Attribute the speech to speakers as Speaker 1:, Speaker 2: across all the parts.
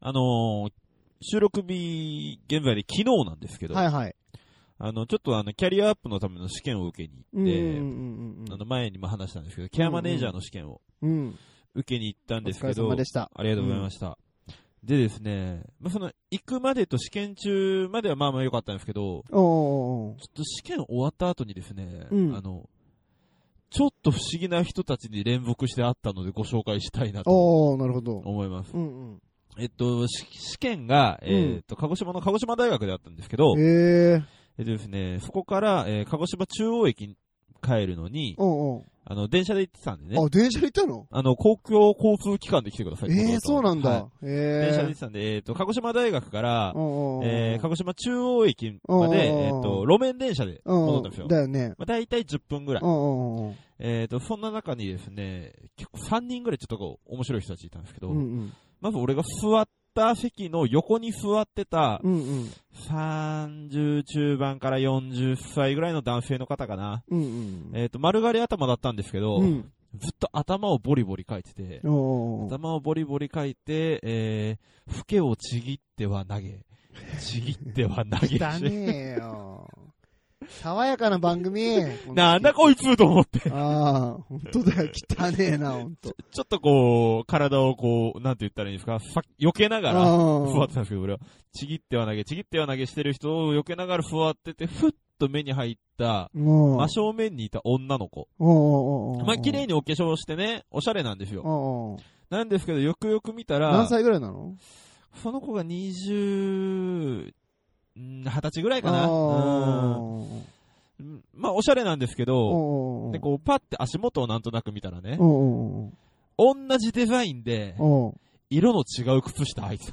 Speaker 1: あのー収録日、現在で昨日なんですけど、
Speaker 2: はいはい。
Speaker 1: あの、ちょっとあの、キャリアアップのための試験を受けに行
Speaker 2: う
Speaker 1: っ
Speaker 2: んうん
Speaker 1: て、
Speaker 2: うん
Speaker 1: あの、前にも話したんですけど、ケアマネージャーの試験を
Speaker 2: うん。うん。
Speaker 1: 受けに行ったん
Speaker 2: お
Speaker 1: です
Speaker 2: 疲
Speaker 1: け
Speaker 2: れ
Speaker 1: ど、
Speaker 2: 様でした。
Speaker 1: ありがとうございました。でですね、まあ、その、行くまでと試験中まではまあまあ良かったんですけど、
Speaker 2: おーおーおー
Speaker 1: ちょっと試験終わった後にですね、
Speaker 2: うん
Speaker 1: あの、ちょっと不思議な人たちに連続してあったのでご紹介したいなと
Speaker 2: おーなるほど。
Speaker 1: 思います。
Speaker 2: うん
Speaker 1: えっと、し試験が、
Speaker 2: ん
Speaker 1: えーっと、鹿児島の鹿児島大学であったんですけど
Speaker 2: うん。、へえ。
Speaker 1: えっとですね、そこから、えー鹿児島中央駅に帰るのに、
Speaker 2: おう
Speaker 1: あの、電車で行ってたんで
Speaker 2: おう
Speaker 1: ね、
Speaker 2: あ、電車で行ったの
Speaker 1: あの、公共交通機関で来てくださいってこと
Speaker 2: え
Speaker 1: だ
Speaker 2: え、
Speaker 1: ったの
Speaker 2: そうなん
Speaker 1: はい
Speaker 2: だ。
Speaker 1: 電車で
Speaker 2: へ
Speaker 1: 行っ
Speaker 2: え
Speaker 1: て。たんで、えーっと、鹿児島大学から、
Speaker 2: おうおうおう
Speaker 1: えー鹿児島中央駅まで、
Speaker 2: うん
Speaker 1: えーっと、路面電車で
Speaker 2: うん
Speaker 1: 戻ったんですよ。
Speaker 2: だよね。
Speaker 1: まあ、大体10分ぐらい。
Speaker 2: うんうんうん
Speaker 1: えー、と、そんな中にですね、結構3人ぐらいちょっとこう、面白い人たちいたんですけど、
Speaker 2: うんうん。
Speaker 1: まず俺が座った席の横に座ってた、
Speaker 2: うんうん。
Speaker 1: 30中盤から40歳ぐらいの男性の方かな。
Speaker 2: うんうん。
Speaker 1: えー、と、丸刈り頭だったんですけど、
Speaker 2: うん。
Speaker 1: ずっと頭をボリボリ書いてて、
Speaker 2: おうおうおう
Speaker 1: 頭をボリボリ書いて、えー、フケをちぎっては投げ、ちぎっては投げ
Speaker 2: 汚
Speaker 1: し、
Speaker 2: ねえよ。爽やかな番組。
Speaker 1: なんだこいつと思って、ちょ
Speaker 2: ああ、本当だよ。汚ねえな、本 当。
Speaker 1: ちょっとこう、体をこう、なんて言ったらいいんですか、さ避けながら、座ってたんですけど、俺は、ちぎっては投げ、ちぎっては投げしてる人を避けながら座ってて、ふっと目に入った、
Speaker 2: もう。
Speaker 1: 真正面にいた女の子。
Speaker 2: おうおうおうおう
Speaker 1: まあ、綺麗にお化粧してね、おしゃれなんですよ。
Speaker 2: おうおう
Speaker 1: なんですけど、よくよく見た
Speaker 2: 何
Speaker 1: ら、
Speaker 2: 歳ぐらいなの
Speaker 1: その子が20、うん二十歳ぐらいかな。うん
Speaker 2: おう
Speaker 1: うんまあ、おしゃれなんですけど、
Speaker 2: おうおうおう
Speaker 1: で、こう、パって足元をなんとなく見たらね、
Speaker 2: おう
Speaker 1: 同じデザインで
Speaker 2: おう、おうおう
Speaker 1: 色の違う靴下履いてた。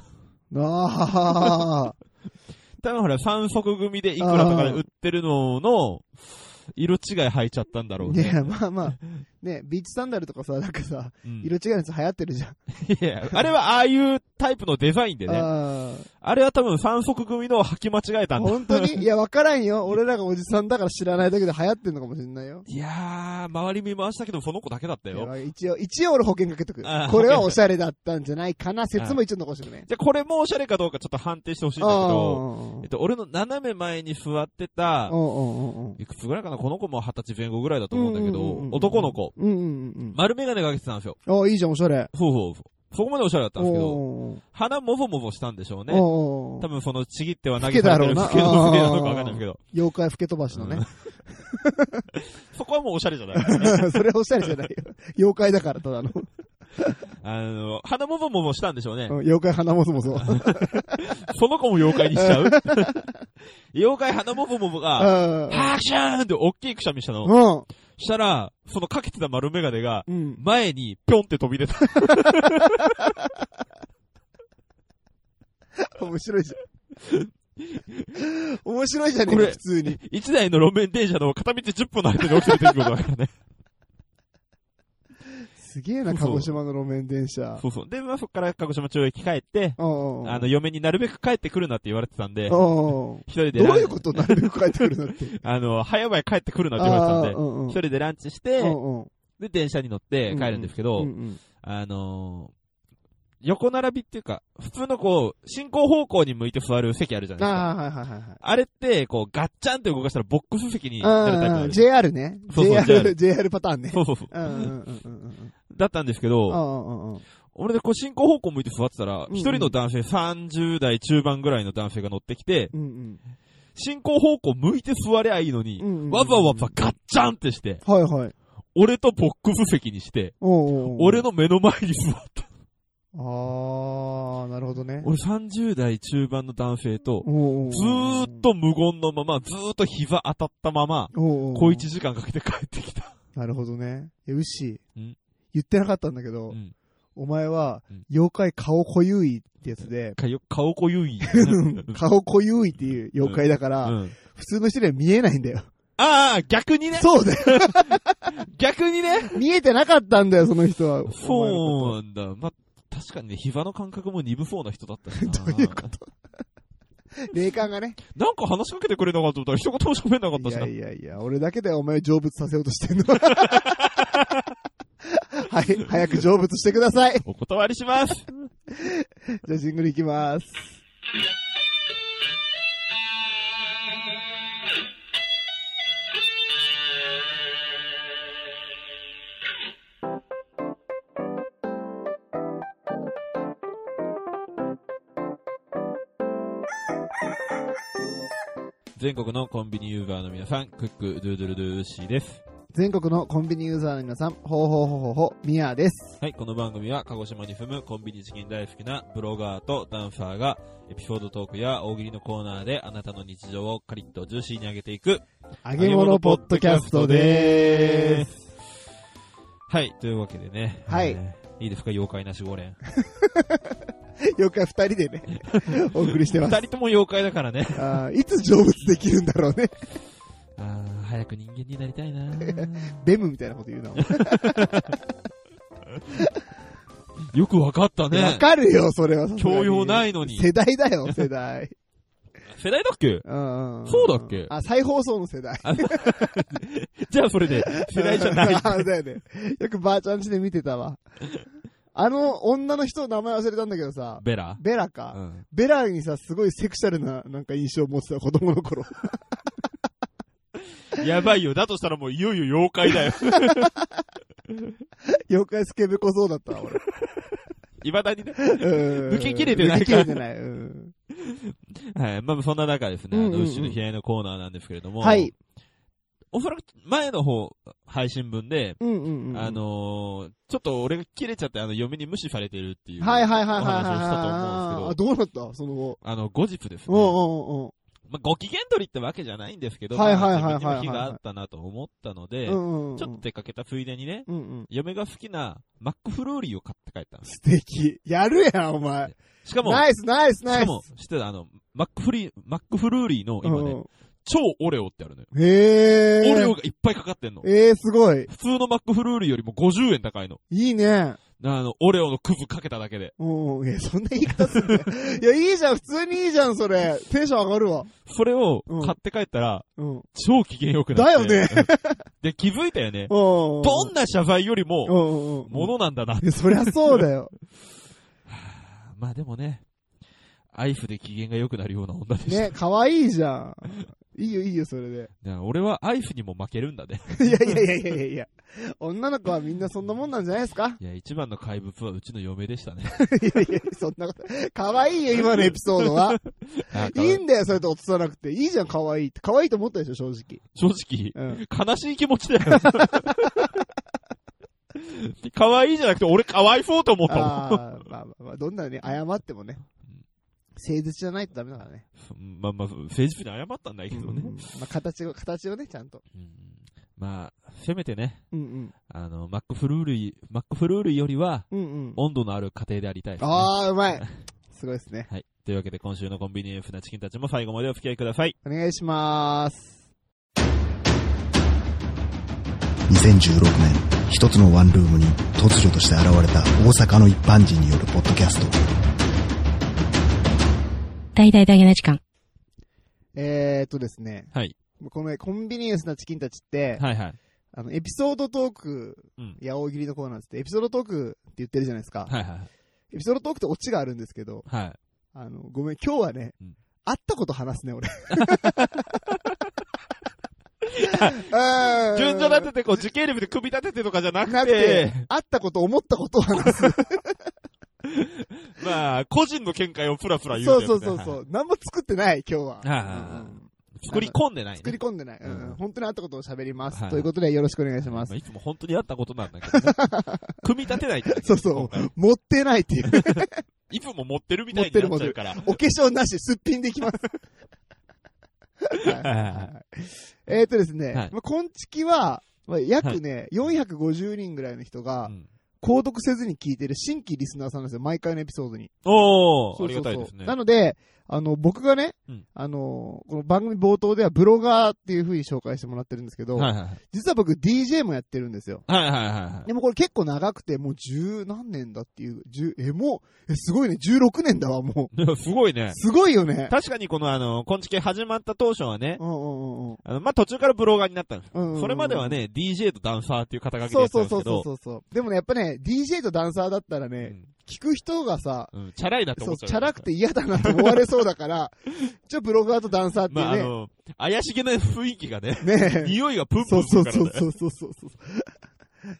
Speaker 2: ああ、
Speaker 1: 多分ほら、三足組でいくらとかで売ってるのの、色違い履いちゃったんだろう
Speaker 2: ね
Speaker 1: ね。
Speaker 2: え、まあまあ、ねビーチサンダルとかさ、なんかさ、
Speaker 1: うん
Speaker 2: 色違いのやつ流行ってるじゃん。
Speaker 1: いや、あれはああいうタイプのデザインでね。あ
Speaker 2: あ
Speaker 1: れは多分三足組のを履き間違え
Speaker 2: あ、
Speaker 1: たんだ。
Speaker 2: 本当にいや、わからんよ。俺らがおじさんだから知らないだけで流行ってんのかもしれないよ。
Speaker 1: いやー、周り見回したけど、その子だけだった
Speaker 2: い
Speaker 1: よ。
Speaker 2: や一応、一応俺保険かけとく
Speaker 1: あ。ー
Speaker 2: これはおしゃれだったんじゃないかな。説も一応残してくね。
Speaker 1: じゃ、これもおしゃれかどうかちょっと判定してほしいんだけど、えっと、俺の斜め前に座ってた、
Speaker 2: 思
Speaker 1: いくつぐらいかなこの子も二十歳前後ぐらいだと思うんだけ
Speaker 2: うんうんうんう
Speaker 1: ど、
Speaker 2: ん
Speaker 1: 男の子。
Speaker 2: うんうんうん
Speaker 1: 丸眼鏡かけてたんですよ。
Speaker 2: うん。ああ、いいじゃん、おしゃれ。
Speaker 1: そうそうそう。そこまでおしゃれだったんですけど、
Speaker 2: おー
Speaker 1: 鼻もぞもぞしたんでしょうね。
Speaker 2: おー
Speaker 1: 多分そのちぎっては投
Speaker 2: 投
Speaker 1: げ
Speaker 2: げ
Speaker 1: さ
Speaker 2: さ
Speaker 1: れ
Speaker 2: れ
Speaker 1: てる
Speaker 2: てる
Speaker 1: スケ
Speaker 2: スケ
Speaker 1: の好
Speaker 2: の好
Speaker 1: き
Speaker 2: き
Speaker 1: な
Speaker 2: な
Speaker 1: の
Speaker 2: の
Speaker 1: か
Speaker 2: か
Speaker 1: わ
Speaker 2: わ
Speaker 1: か
Speaker 2: か
Speaker 1: んなで
Speaker 2: んないいですす
Speaker 1: けど。
Speaker 2: 妖怪吹け飛ばしのね。
Speaker 1: そこはもうおしゃれじゃないですね。
Speaker 2: それはおしゃれじゃないよ。妖怪だから、ただの。うん
Speaker 1: あの、鼻もぼもぼしたんでしょうね。
Speaker 2: 妖怪鼻もそもそ。
Speaker 1: その子も妖怪にしち ゃう妖怪鼻もぼもぼが、
Speaker 2: あ
Speaker 1: ハクシャーンって大きいくしゃみしたの。
Speaker 2: ー
Speaker 1: したら、そのかけてた丸メガネが、
Speaker 2: うん。うん。
Speaker 1: 前にぴょんって飛び出た。
Speaker 2: 面白いじゃん。面白いじゃねえ
Speaker 1: こ
Speaker 2: か、
Speaker 1: れ
Speaker 2: 普通に。
Speaker 1: 一台の路面電車の片道10分の間で起きてる出来事だから ね。
Speaker 2: すげえな、鹿児島の路面電車。
Speaker 1: そうそう。で、まあそっから鹿児島中央駅帰って、
Speaker 2: うんうんうん
Speaker 1: あの、嫁になるべく帰ってくるなって言われてたんで、
Speaker 2: うんうん
Speaker 1: 一人で
Speaker 2: ど
Speaker 1: ラ
Speaker 2: うい
Speaker 1: ン
Speaker 2: うことなるべく帰ってくる のって。
Speaker 1: あの、早々帰ってくるなって言われてたんで
Speaker 2: あー、うんうん
Speaker 1: 一人でランチして、
Speaker 2: うんうん
Speaker 1: で、電車に乗って帰るんですけど、
Speaker 2: うんうん
Speaker 1: あのー横並びっていうか、普通のこう、進行方向に向いて座る席あるじゃないですか。
Speaker 2: ああ、はいはいはいはい。
Speaker 1: あれって、こう、ガッチャンって動かしたらボックス席になるタイプ
Speaker 2: あ
Speaker 1: なん
Speaker 2: あ、
Speaker 1: ですよ
Speaker 2: JR ね。
Speaker 1: そうそう JR
Speaker 2: JR、JR パターンね。
Speaker 1: そうそうそう。
Speaker 2: うんうんうんうんうん
Speaker 1: だったんですけ
Speaker 2: うん。う
Speaker 1: ど、
Speaker 2: んうんうん
Speaker 1: 俺でこう進行方向向いて座ってたら
Speaker 2: う、んうん
Speaker 1: 一人の男性、30代中盤ぐらいの男性が乗ってきて、
Speaker 2: うん
Speaker 1: 進行方向向いて座りゃいいのに
Speaker 2: う、ん。
Speaker 1: わざわざガッチャンってして、
Speaker 2: はいはい。
Speaker 1: 俺とボックス席にして、
Speaker 2: おうおうおう
Speaker 1: 俺。の目の前に座った。
Speaker 2: ああ、なるほどね。
Speaker 1: 俺30代中盤の男性と、
Speaker 2: おうおう
Speaker 1: ずーっ。と無言のまま、ずーっと膝当たったまま、
Speaker 2: おうおう
Speaker 1: 小一時間かけて帰ってきた。
Speaker 2: なるほどね。いや、うっしー
Speaker 1: ん
Speaker 2: 言ってなかったんだけど、
Speaker 1: うん
Speaker 2: お前は
Speaker 1: うん、
Speaker 2: 妖怪顔濃ゆいってやつで、
Speaker 1: かよ顔こゆい。
Speaker 2: 顔濃ゆいっていう妖怪だか
Speaker 1: う
Speaker 2: ら、
Speaker 1: ん
Speaker 2: 普通の人には見えないんだよ。
Speaker 1: ああ、逆にね。
Speaker 2: そう だよ。
Speaker 1: 逆にね。
Speaker 2: 見えてなかったんだよ、その人は。
Speaker 1: そうな
Speaker 2: う。
Speaker 1: んだ。まあ、確かにね、膝の感覚も鈍そうな人だったしな。
Speaker 2: どういうこ霊感がね。
Speaker 1: なんか話しかけてくれなかったと思ったら一言も喋んなかった
Speaker 2: い
Speaker 1: しな
Speaker 2: や。いやいや、俺だけでお前を成仏させようとしてん の。はい、早く成仏してください。
Speaker 1: お断りします。
Speaker 2: じゃあジングルいきます。
Speaker 1: 全国のコンビニユーザーの皆さん、クックドゥードゥルドゥーシーです。
Speaker 2: 全国のコンビニユーザーの皆さん、ほうほうほうほうほう、ミヤです。
Speaker 1: はい、この番組は鹿児島に住むコンビニチキン大好きなブロガーとダンサーがエピソードトークや大喜利のコーナーであなたの日常をカリッとジューシーに上げていく
Speaker 2: 揚げ物ポッドキャストでーす。
Speaker 1: はい、というわけでね。
Speaker 2: はい
Speaker 1: えーいいですか、妖怪なし5連。
Speaker 2: よく二人でね、 お送りしてます
Speaker 1: 二。人とも妖怪だからね。
Speaker 2: あーいつ成仏できるんだろうね。
Speaker 1: あー、早く人間になりたいな
Speaker 2: ベムみたいなこと言うな。わ、
Speaker 1: よくわかったね。
Speaker 2: かるよ、それはさすがに。
Speaker 1: 教養ないのに。
Speaker 2: 世代だ よ、世代。
Speaker 1: 世代だっけ
Speaker 2: うんん
Speaker 1: そうだっけ
Speaker 2: あ、再放送の世代。
Speaker 1: じゃあそれで、世代じゃない。
Speaker 2: あだよね。よくばあちゃんちで見てたわ。あの女の人、名前忘れたんだけどさ、
Speaker 1: ベラ
Speaker 2: ベラか。
Speaker 1: うん。
Speaker 2: ベラにさ、すごいセクシャルな、なんか印象を持ってた、子供の頃。
Speaker 1: やばいよ。だとしたらもういよいよ妖怪 だよ。
Speaker 2: 妖怪スケベこそうだったわ、 俺。
Speaker 1: いまだにね。
Speaker 2: 抜
Speaker 1: 抜け切れてない
Speaker 2: 抜け切れてない。うん
Speaker 1: はい。まあそんな中ですね、あ
Speaker 2: うんうん
Speaker 1: の、
Speaker 2: うん
Speaker 1: 牛の悲哀のコーナーなんですけれども。
Speaker 2: はい。。
Speaker 1: おそらく前の方、配信分で、
Speaker 2: うんうんうん。
Speaker 1: あ、のー、ちょっと俺が切れちゃって、あの、嫁に無視されてるっていう。
Speaker 2: はいはいはい
Speaker 1: お
Speaker 2: はいはい
Speaker 1: 話をしたと思うん
Speaker 2: は
Speaker 1: で
Speaker 2: い。
Speaker 1: すけど、
Speaker 2: どうなったその後。
Speaker 1: あの、後日です
Speaker 2: うん
Speaker 1: ね。
Speaker 2: うんうん。
Speaker 1: まあ、ご機嫌取りってわけじゃないんですけど、
Speaker 2: はいはいはいはいはい
Speaker 1: まあ自分にも非があったなと思ったので、ちょ
Speaker 2: ょ
Speaker 1: っと出かけたついでにね、
Speaker 2: うんうん。
Speaker 1: 嫁が好きなマックフルーリーを買って帰ったんです。
Speaker 2: 素敵。やるやん、お前。
Speaker 1: しかも、
Speaker 2: ナイスナイス
Speaker 1: し
Speaker 2: ナ
Speaker 1: か
Speaker 2: イス。
Speaker 1: も、知ってたあの、マックフリー、マックフルーリーの今ね、超オレオってあるのよ。
Speaker 2: うん。へえ。
Speaker 1: オレオがいっぱいかかってんの。
Speaker 2: ええ、すごい。
Speaker 1: 普通のマックフルーリーよりも50円高いの。
Speaker 2: いいね。
Speaker 1: あの、オレオのクズかけただけで。
Speaker 2: うん。いや、そんな言い方すん ね。いや、いいじゃん。普通にいいじゃん、それ。テンション上がるわ。
Speaker 1: それを
Speaker 2: うん
Speaker 1: 買って帰ったら、
Speaker 2: うん。
Speaker 1: 超機嫌良くなって。
Speaker 2: だよね
Speaker 1: うん。で、気づいたよね。
Speaker 2: ど
Speaker 1: どんな謝罪よりも、
Speaker 2: うんうん。
Speaker 1: ものなんだな。
Speaker 2: いやそりゃそうだよ。
Speaker 1: まあでもね、アイフで機嫌が良くなるような女でした。
Speaker 2: ね、可愛いじゃん。いいよ、いいよ、それで。
Speaker 1: だから俺はアイフにも負けるんだね。
Speaker 2: いやいやいやいやいやいや。女の子はみんなそんなもんなんじゃないですか
Speaker 1: いや、一番の怪物はうちの嫁でしたね。
Speaker 2: いやいや、そんなこと。可愛いよ、今のエピソード は。
Speaker 1: あ
Speaker 2: いいんだよ、それと落とさなくて。いいじゃん、可愛いって。可愛いと思ったでしょ、正
Speaker 1: 正直、
Speaker 2: 直。 うん。
Speaker 1: 悲しい気持ちだよ。 可愛いじゃなくて、俺可哀想と思ったもん。
Speaker 2: あーまあまあまあ、どんなに謝ってもね。誠実じゃないとダメだからね。
Speaker 1: まあまあ、政治部に謝ったんだけどね
Speaker 2: うん。まあ、形を、形をね、ちゃんと。
Speaker 1: うんまあ、せめてね、
Speaker 2: うんうん。
Speaker 1: あの、マックフルーリー、マックフルーリーよりは、
Speaker 2: うんうん。
Speaker 1: 温度のある家庭でありたいですね、
Speaker 2: ああ、うまい。すごいですね。
Speaker 1: はい。というわけで、今週のコンビニエンスなチキンたちも最後までお付き合いください。
Speaker 2: お願いします。
Speaker 3: 2016年一つのワンルームに突如として現れた大阪の一般人によるポッドキャスト
Speaker 4: 大々大げな時間。
Speaker 2: えーっとですね。
Speaker 1: はい。
Speaker 2: このコンビニエンスなチキンたちって、
Speaker 1: はいはい。
Speaker 2: あの、エピソードトーク
Speaker 1: うん
Speaker 2: や大喜利のコーナーっつって、エピソードトークって言ってるじゃないですか。
Speaker 1: はいはい。
Speaker 2: エピソードトークってオチがあるんですけど、
Speaker 1: はい。
Speaker 2: あの、ごめん、今日はね、
Speaker 1: うん
Speaker 2: 会ったこと話すね、俺。うん
Speaker 1: 順序立てて、こう、時系列で組み立ててとかじゃな
Speaker 2: な
Speaker 1: く
Speaker 2: くて
Speaker 1: て、、
Speaker 2: 会ったこと、思ったことを話す。
Speaker 1: まあ、個人の見解をプラプラ言う
Speaker 2: そう
Speaker 1: みたい
Speaker 2: そ
Speaker 1: な
Speaker 2: うそうそ
Speaker 1: は
Speaker 2: う。何も作ってない、今日は。
Speaker 1: いはいはいはい
Speaker 2: うん
Speaker 1: 作り込んでないね。
Speaker 2: 作り込んでない、うん
Speaker 1: うん
Speaker 2: 本当に会ったことを喋ります、
Speaker 1: はい
Speaker 2: ということで、よろしくお願いします。
Speaker 1: あいつも本当にあったことなんだけ どね、組み立てないからね
Speaker 2: そうそう
Speaker 1: 今回
Speaker 2: 持ってないっていう。
Speaker 1: いつも持ってるみたいになっちゃうから。
Speaker 2: お化粧なし、すっぴんでいきます。はいえーとです
Speaker 1: は
Speaker 2: ね、
Speaker 1: い
Speaker 2: まあ、こんちきは、まあ、約ね、450人ぐらいの人が
Speaker 1: う、ん
Speaker 2: 購読せずに聞いてる新規リスナーさんなんですよ、毎回のエピソードに。
Speaker 1: おー、
Speaker 2: そ
Speaker 1: あ
Speaker 2: う
Speaker 1: り
Speaker 2: そ
Speaker 1: が
Speaker 2: うそ
Speaker 1: た
Speaker 2: う
Speaker 1: いですね。
Speaker 2: なので、あの、僕がね、
Speaker 1: うん
Speaker 2: あの、この番組冒頭ではブロガーっていう風に紹介してもらってるんですけど、
Speaker 1: はいはいはい。
Speaker 2: 実は僕 DJ もやってるんですよ。
Speaker 1: はいはいはい
Speaker 2: でもこれ結構長くて、もう十何年だっていう、十、え、もう、え、すごいね、16年だわ、もう。
Speaker 1: はい。すごいね。
Speaker 2: すごいよね。
Speaker 1: 確かにこのあの、こんちき始まった当初はね、
Speaker 2: うんうんうんうん。
Speaker 1: あの、まあ、途中からブロガーになったんです。
Speaker 2: うんうんうん
Speaker 1: それまではね、DJ とダンサーっていう肩書きで
Speaker 2: そ
Speaker 1: や
Speaker 2: う
Speaker 1: ってた
Speaker 2: そ
Speaker 1: ん
Speaker 2: う
Speaker 1: です
Speaker 2: そう
Speaker 1: け
Speaker 2: そ
Speaker 1: ど、
Speaker 2: うそうそう。でもね、やっぱね、DJ とダンサーだったらね、
Speaker 1: うん
Speaker 2: 聞く人がさ、
Speaker 1: うん、チャラいなって思
Speaker 2: そ
Speaker 1: っ
Speaker 2: う、
Speaker 1: ちゃ
Speaker 2: チ
Speaker 1: う。
Speaker 2: ャラくて嫌だなと思われそうだから、一応ブロガーとダンサーって
Speaker 1: まあ、あ
Speaker 2: いう
Speaker 1: の、怪しげな雰囲気がね、
Speaker 2: ね、ね
Speaker 1: 匂いがプンプ
Speaker 2: そ
Speaker 1: ン
Speaker 2: う
Speaker 1: す
Speaker 2: そ
Speaker 1: る
Speaker 2: う
Speaker 1: から
Speaker 2: そう
Speaker 1: ね。
Speaker 2: そうそうそうそう。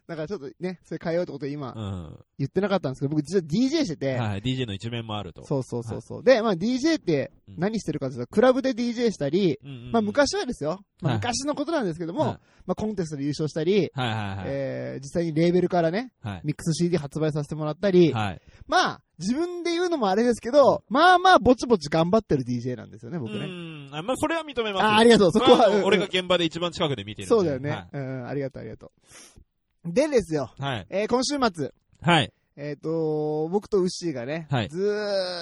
Speaker 2: だからちょっとね、それ変えようってことで今
Speaker 1: うん。
Speaker 2: 言ってなかったんですけど、僕実は DJ してて、
Speaker 1: はい、DJ の一面もあると。
Speaker 2: そうそうそうそう。で、まあ DJ って
Speaker 1: うん
Speaker 2: 何してるかというと、クラブで DJ したり、
Speaker 1: うんうんうん
Speaker 2: まあ、昔はですよ。まあ
Speaker 1: はい
Speaker 2: 昔のことなんですけども、
Speaker 1: は
Speaker 2: まあコンテストで優勝したり、
Speaker 1: いはいはいはい。
Speaker 2: えー実際にレーベルからね、
Speaker 1: はい。
Speaker 2: ミックス CD 発売させてもらったり、
Speaker 1: はい。
Speaker 2: まあ、自分で言うのもあれですけど、まあまあ、ぼちぼち頑張ってる DJ なんですよね、僕
Speaker 1: う
Speaker 2: ね。
Speaker 1: ん。あ、まあ、それは認めます。
Speaker 2: あ、ありがとう、そ
Speaker 1: ま
Speaker 2: こ
Speaker 1: あ
Speaker 2: は。
Speaker 1: あの
Speaker 2: うん
Speaker 1: 俺が現場で一番近くで見てるんで。
Speaker 2: そうだよね、
Speaker 1: は
Speaker 2: うん、ありがとう、ありがとう。でですよ、
Speaker 1: い。はい。
Speaker 2: えー今週末、
Speaker 1: はい。
Speaker 2: えっ、と、僕とウッシーがね、
Speaker 1: はい
Speaker 2: ず